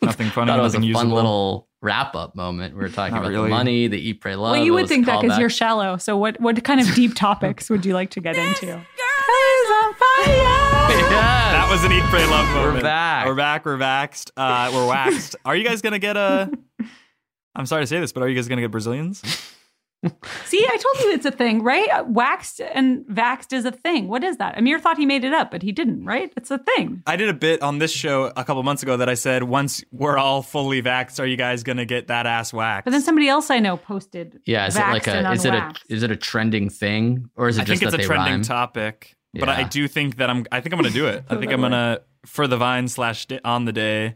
S9: nothing funny.
S10: Thought it was a
S9: nothing
S10: fun
S9: usable.
S10: little wrap up moment. We were talking
S9: Not
S10: about
S9: really.
S10: the money, the eat, pray, love.
S6: well,
S10: It
S6: you would
S10: was
S6: think that because
S10: callback.
S6: you're shallow. So, what what kind of deep topics would you like to get into? He's on fire.
S10: <laughs>
S9: That was an eat, pray, love moment.
S10: We're back.
S9: We're back. We're vaxxed. Uh, we're <laughs> waxed. Are you guys gonna get a? I'm sorry to say this, but are you guys gonna get Brazilians?
S6: See, I told you it's a thing, right? Uh, Waxed and vaxed is a thing. What is that? Amir thought he made it up, but he didn't, right? It's a thing.
S9: I did a bit on this show a couple months ago that I said, once we're all fully vaxxed, are you guys gonna get that ass
S6: But
S9: whacked?
S6: then somebody else I know posted.
S10: Yeah, is it like
S6: vaxed and
S10: a is it a
S6: unwaxed.
S10: is it a trending thing or is it
S9: I think
S10: just
S9: it's
S10: that
S9: a
S10: they
S9: trending
S10: rhyme?
S9: topic, but I
S10: Yeah.
S9: do think that I'm. I think I'm gonna do it.
S6: <laughs>
S9: I think I'm gonna for the vine slash di- on the day.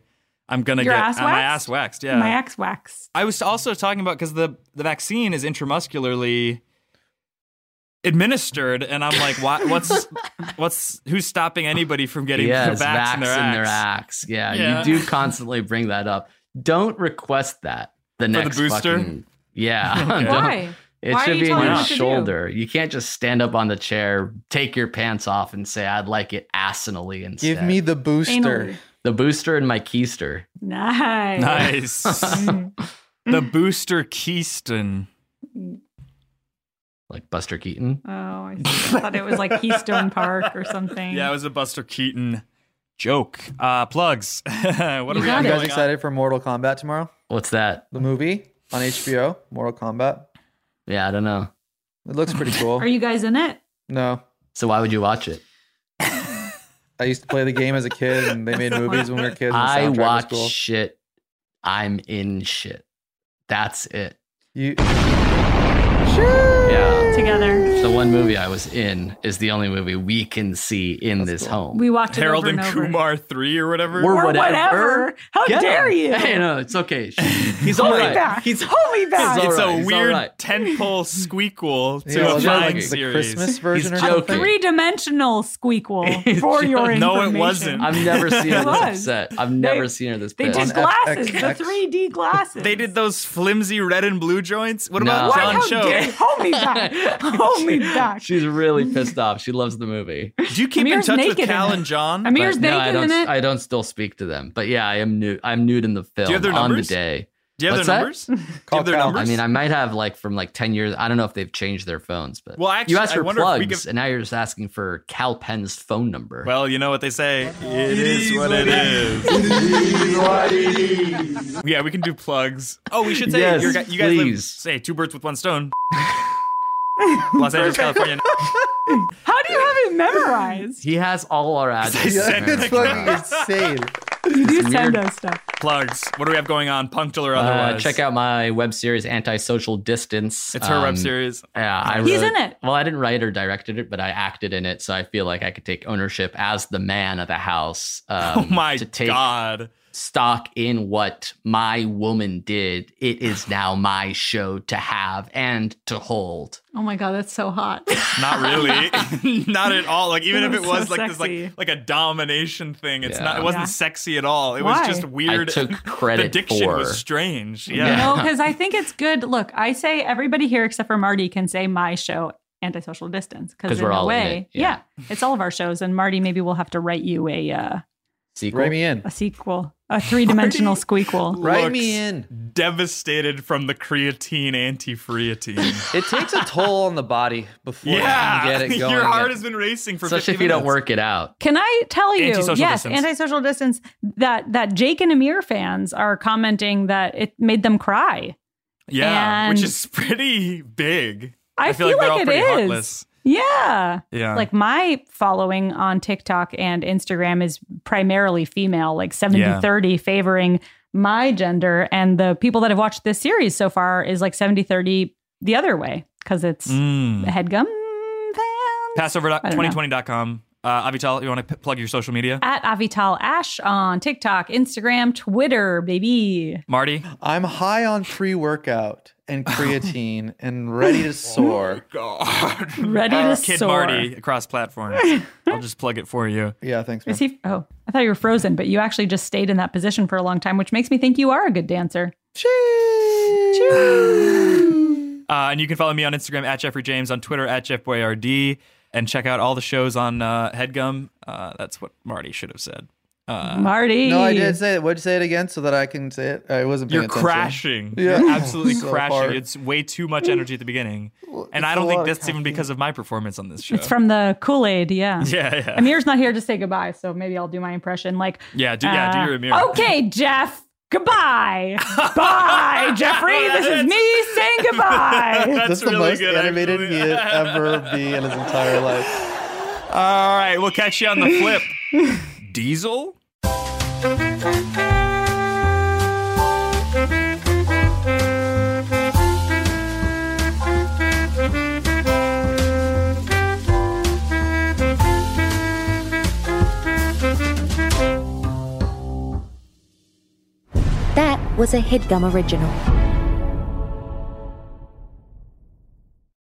S9: I'm gonna
S6: Your
S9: get
S6: ass
S9: uh, my
S6: waxed?
S9: ass waxed. Yeah,
S6: My axe wax.
S9: I was also talking about because the the vaccine is intramuscularly administered, and I'm like, why,
S6: <laughs>
S9: what's what's who's stopping anybody from getting
S10: yes,
S9: the vax in their
S10: vax
S9: ass?
S10: in their axe. Yeah,
S9: Yeah.
S10: you do constantly bring that up. Don't request that. The
S9: the
S10: next
S9: booster?
S10: fucking- yeah. <laughs>
S9: Okay.
S10: Don't-
S6: Why?
S10: It
S6: Why are
S10: should
S6: you
S10: be on
S6: telling
S10: your
S6: us what to do?
S10: shoulder. You can't just stand up on the chair, take your pants off, and say, "I'd like it asinally." Instead,
S8: Give me the booster.
S6: Anally.
S10: the booster and my keister.
S6: Nice.
S9: Nice. the booster Keystone.
S10: Like Buster Keaton.
S6: <laughs> Oh, I, see. I thought it was like Keystone Park or something.
S9: Yeah, it was a Buster Keaton joke. Uh, plugs. <laughs> what are we
S8: you guys
S9: got going on?
S8: excited for Mortal Kombat tomorrow?
S10: What's that?
S8: The movie on HBO, Mortal Kombat.
S10: Yeah, I don't know.
S8: It looks
S6: <laughs>
S8: pretty cool.
S6: Are you guys in it?
S8: no,
S10: So why would you watch it?
S8: I used to play the game as a kid, and they
S6: <laughs>
S8: made movies when we were kids. And the
S10: I
S8: soundtrack was
S10: watch
S8: cool.
S10: shit. I'm in shit. That's it.
S8: You
S10: Yeah.
S6: together.
S10: The one movie I was in is the only movie we can see in this home.
S6: We walked it
S9: Harold
S6: over
S9: and,
S6: and over.
S9: Kumar three or whatever.
S10: Or Or whatever. whatever.
S6: How
S10: <laughs>
S6: dare you?
S10: Hey, no, it's
S9: <laughs>
S10: okay. He's
S9: Hold
S10: all
S9: me
S10: right.
S9: back.
S10: <laughs> He's
S6: hold me back.
S9: It's,
S10: He's all
S9: a
S10: right, he's all
S9: weird <laughs>
S10: right.
S9: tentpole
S8: <laughs>
S9: squeakquel to
S10: Yeah,
S9: a
S10: it's
S9: fine
S10: like the
S9: series.
S10: Christmas version or
S9: joking.
S10: something.
S6: Three dimensional squeakquel for your information.
S10: No, it wasn't. I've never seen
S6: <laughs>
S10: her this
S6: It was.
S10: upset. I've never seen her this
S6: They
S10: pissed.
S6: did glasses, the 3D
S9: <laughs>
S6: glasses.
S9: They did those flimsy red and blue joints. What
S10: No.
S9: about
S10: Why,
S9: John
S10: how
S9: Cho?
S10: dare-
S6: Hold
S9: <laughs>
S6: me back. Hold
S10: <laughs>
S6: me back.
S10: She's really pissed off. She loves the movie.
S9: Do you keep
S6: Amir's
S9: in touch
S6: naked
S9: with
S6: in
S9: Cal
S6: it.
S9: and John?
S6: Amir's
S10: But no, I
S6: naked
S10: don't,
S6: in it.
S10: I don't still speak to them. But yeah, I am nude. I'm nude in the film
S9: have their
S10: on
S9: numbers?
S10: the day.
S9: Do you have
S10: What's
S9: their
S10: that?
S9: numbers? Do you
S10: <laughs>
S9: have their
S10: I
S9: numbers?
S10: mean, I might have like from like ten years. I don't know if they've changed their phones, but
S9: Well, actually,
S10: you asked
S9: I
S10: for
S9: wonder if we
S10: plugs, and now you're just asking for Cal Penn's phone number.
S9: well, you know what they say. it is what it is. <laughs> yeah, we can do plugs. Oh, we should say
S10: Yes,
S9: you're, you guys live,
S10: please.
S9: say two birds with one stone. <laughs> Los Angeles, California. <laughs>
S6: How do you have it memorized?
S10: He has all
S9: <laughs>
S10: our addresses. America.
S8: insane.
S6: You do
S10: It's
S6: send
S10: weird.
S6: us stuff.
S9: plugs. What do we have going on, punctal or
S10: Uh,
S9: otherwise?
S10: check out my web series, Antisocial Distance. Um,
S9: It's her web series.
S10: Yeah, I
S6: He's
S10: wrote-
S6: in it.
S10: Well, I didn't write or directed it, but I acted in it, so I feel like I could take ownership as the man of the house.
S9: <laughs>
S10: Um,
S9: Oh my
S10: to take
S9: god!
S10: stock in what my woman did. It is now my show to have and to hold.
S6: Oh my god, that's so hot.
S9: Not
S6: <laughs>
S9: really, <laughs> not at all. Like even if it
S6: So
S9: was like this, like
S6: sexy.
S9: like a domination thing, it's
S10: Yeah.
S9: not. It wasn't
S6: Yeah.
S9: sexy at all. It
S6: Why?
S9: was just
S6: I
S9: weird. <laughs>
S10: took
S9: the
S10: credit
S9: diction
S10: for-
S9: was strange.
S6: No,
S9: Yeah.
S10: <laughs>
S6: because I think it's good. Look, I say everybody here except for Marty can say my show antisocial distance
S10: 'Cause
S6: because in
S10: we're
S6: a
S10: all in
S6: way,
S10: it,
S6: yeah. it's all of our shows. And Marty, maybe we'll have to write you a uh,
S10: Sequel.
S8: Write me in.
S6: a sequel,
S10: <laughs>
S6: a three dimensional squeakquel.
S8: Write
S9: Looks
S8: me in.
S9: Devastated from the creatine <laughs> anti-creatine.
S8: It takes a toll on the body before
S9: yeah,
S8: you can get it going.
S9: <laughs> your heart
S8: It-
S9: has been racing for.
S10: Especially
S9: 50
S10: if you don't
S9: minutes.
S10: work it out.
S6: Can I tell you?
S9: Antisocial
S6: yes,
S9: distance.
S6: antisocial distance. That that Jake and Amir fans are commenting that it made them cry.
S9: Yeah,
S6: And-
S9: which is pretty big.
S6: I,
S9: feel, like, they're all
S6: it
S9: pretty
S6: is.
S9: heartless.
S6: Yeah.
S9: Yeah.
S6: Like my following on TikTok and Instagram is primarily female, like 70
S9: Yeah.
S6: 30 favoring my gender. And the people that have watched this series so far is like 70 30 the other way because it's
S9: Mm.
S6: headgum I don't know.
S9: Passover2020.com. Uh, Avital, you want to p- plug your social media?
S6: at Avital Ash on TikTok, Instagram, Twitter, baby.
S9: Marty?
S8: I'm high on pre workout and
S9: <laughs>
S8: creatine and ready to soar.
S9: Oh God.
S6: Ready to
S9: uh, Kid
S6: soar.
S9: Marty
S8: <laughs>
S9: across platforms. I'll just plug it for you.
S8: Yeah, thanks, man.
S6: Is he? Oh, I thought you were frozen, but you actually just stayed in that position for a long time, which makes me think you are a good dancer.
S9: Uh, and you can follow me on Instagram at Jeffrey James, on Twitter at Jeff Boyardee, and check out all the shows on uh, Headgum. Uh, that's what Marty should have said. Uh,
S6: Marty.
S8: No, I did say it. Would you say it again so that I can say it? I wasn't.
S9: You're
S8: paying attention.
S9: crashing.
S8: Yeah. <laughs>
S9: You're absolutely
S8: So
S9: crashing.
S8: hard.
S9: It's way too much energy at the beginning. And I
S8: it's
S9: don't
S8: a
S9: think
S8: lot of
S9: that's even because of my performance on this show.
S6: It's from the Kool Aid, yeah.
S9: <laughs> Yeah, yeah.
S6: Amir's not here to say goodbye, so maybe I'll do my impression. Like, uh,
S9: Yeah, do- yeah, do your Amir.
S6: Okay, Jeff.
S9: <laughs>
S6: Goodbye. Bye, Jeffrey. This is me saying
S9: <laughs>
S6: goodbye.
S8: <laughs> That's the
S9: really
S8: most
S9: good,
S8: animated he had ever be in his entire life.
S9: All right, we'll catch you on the flip. Diesel?
S19: That was a headgum original.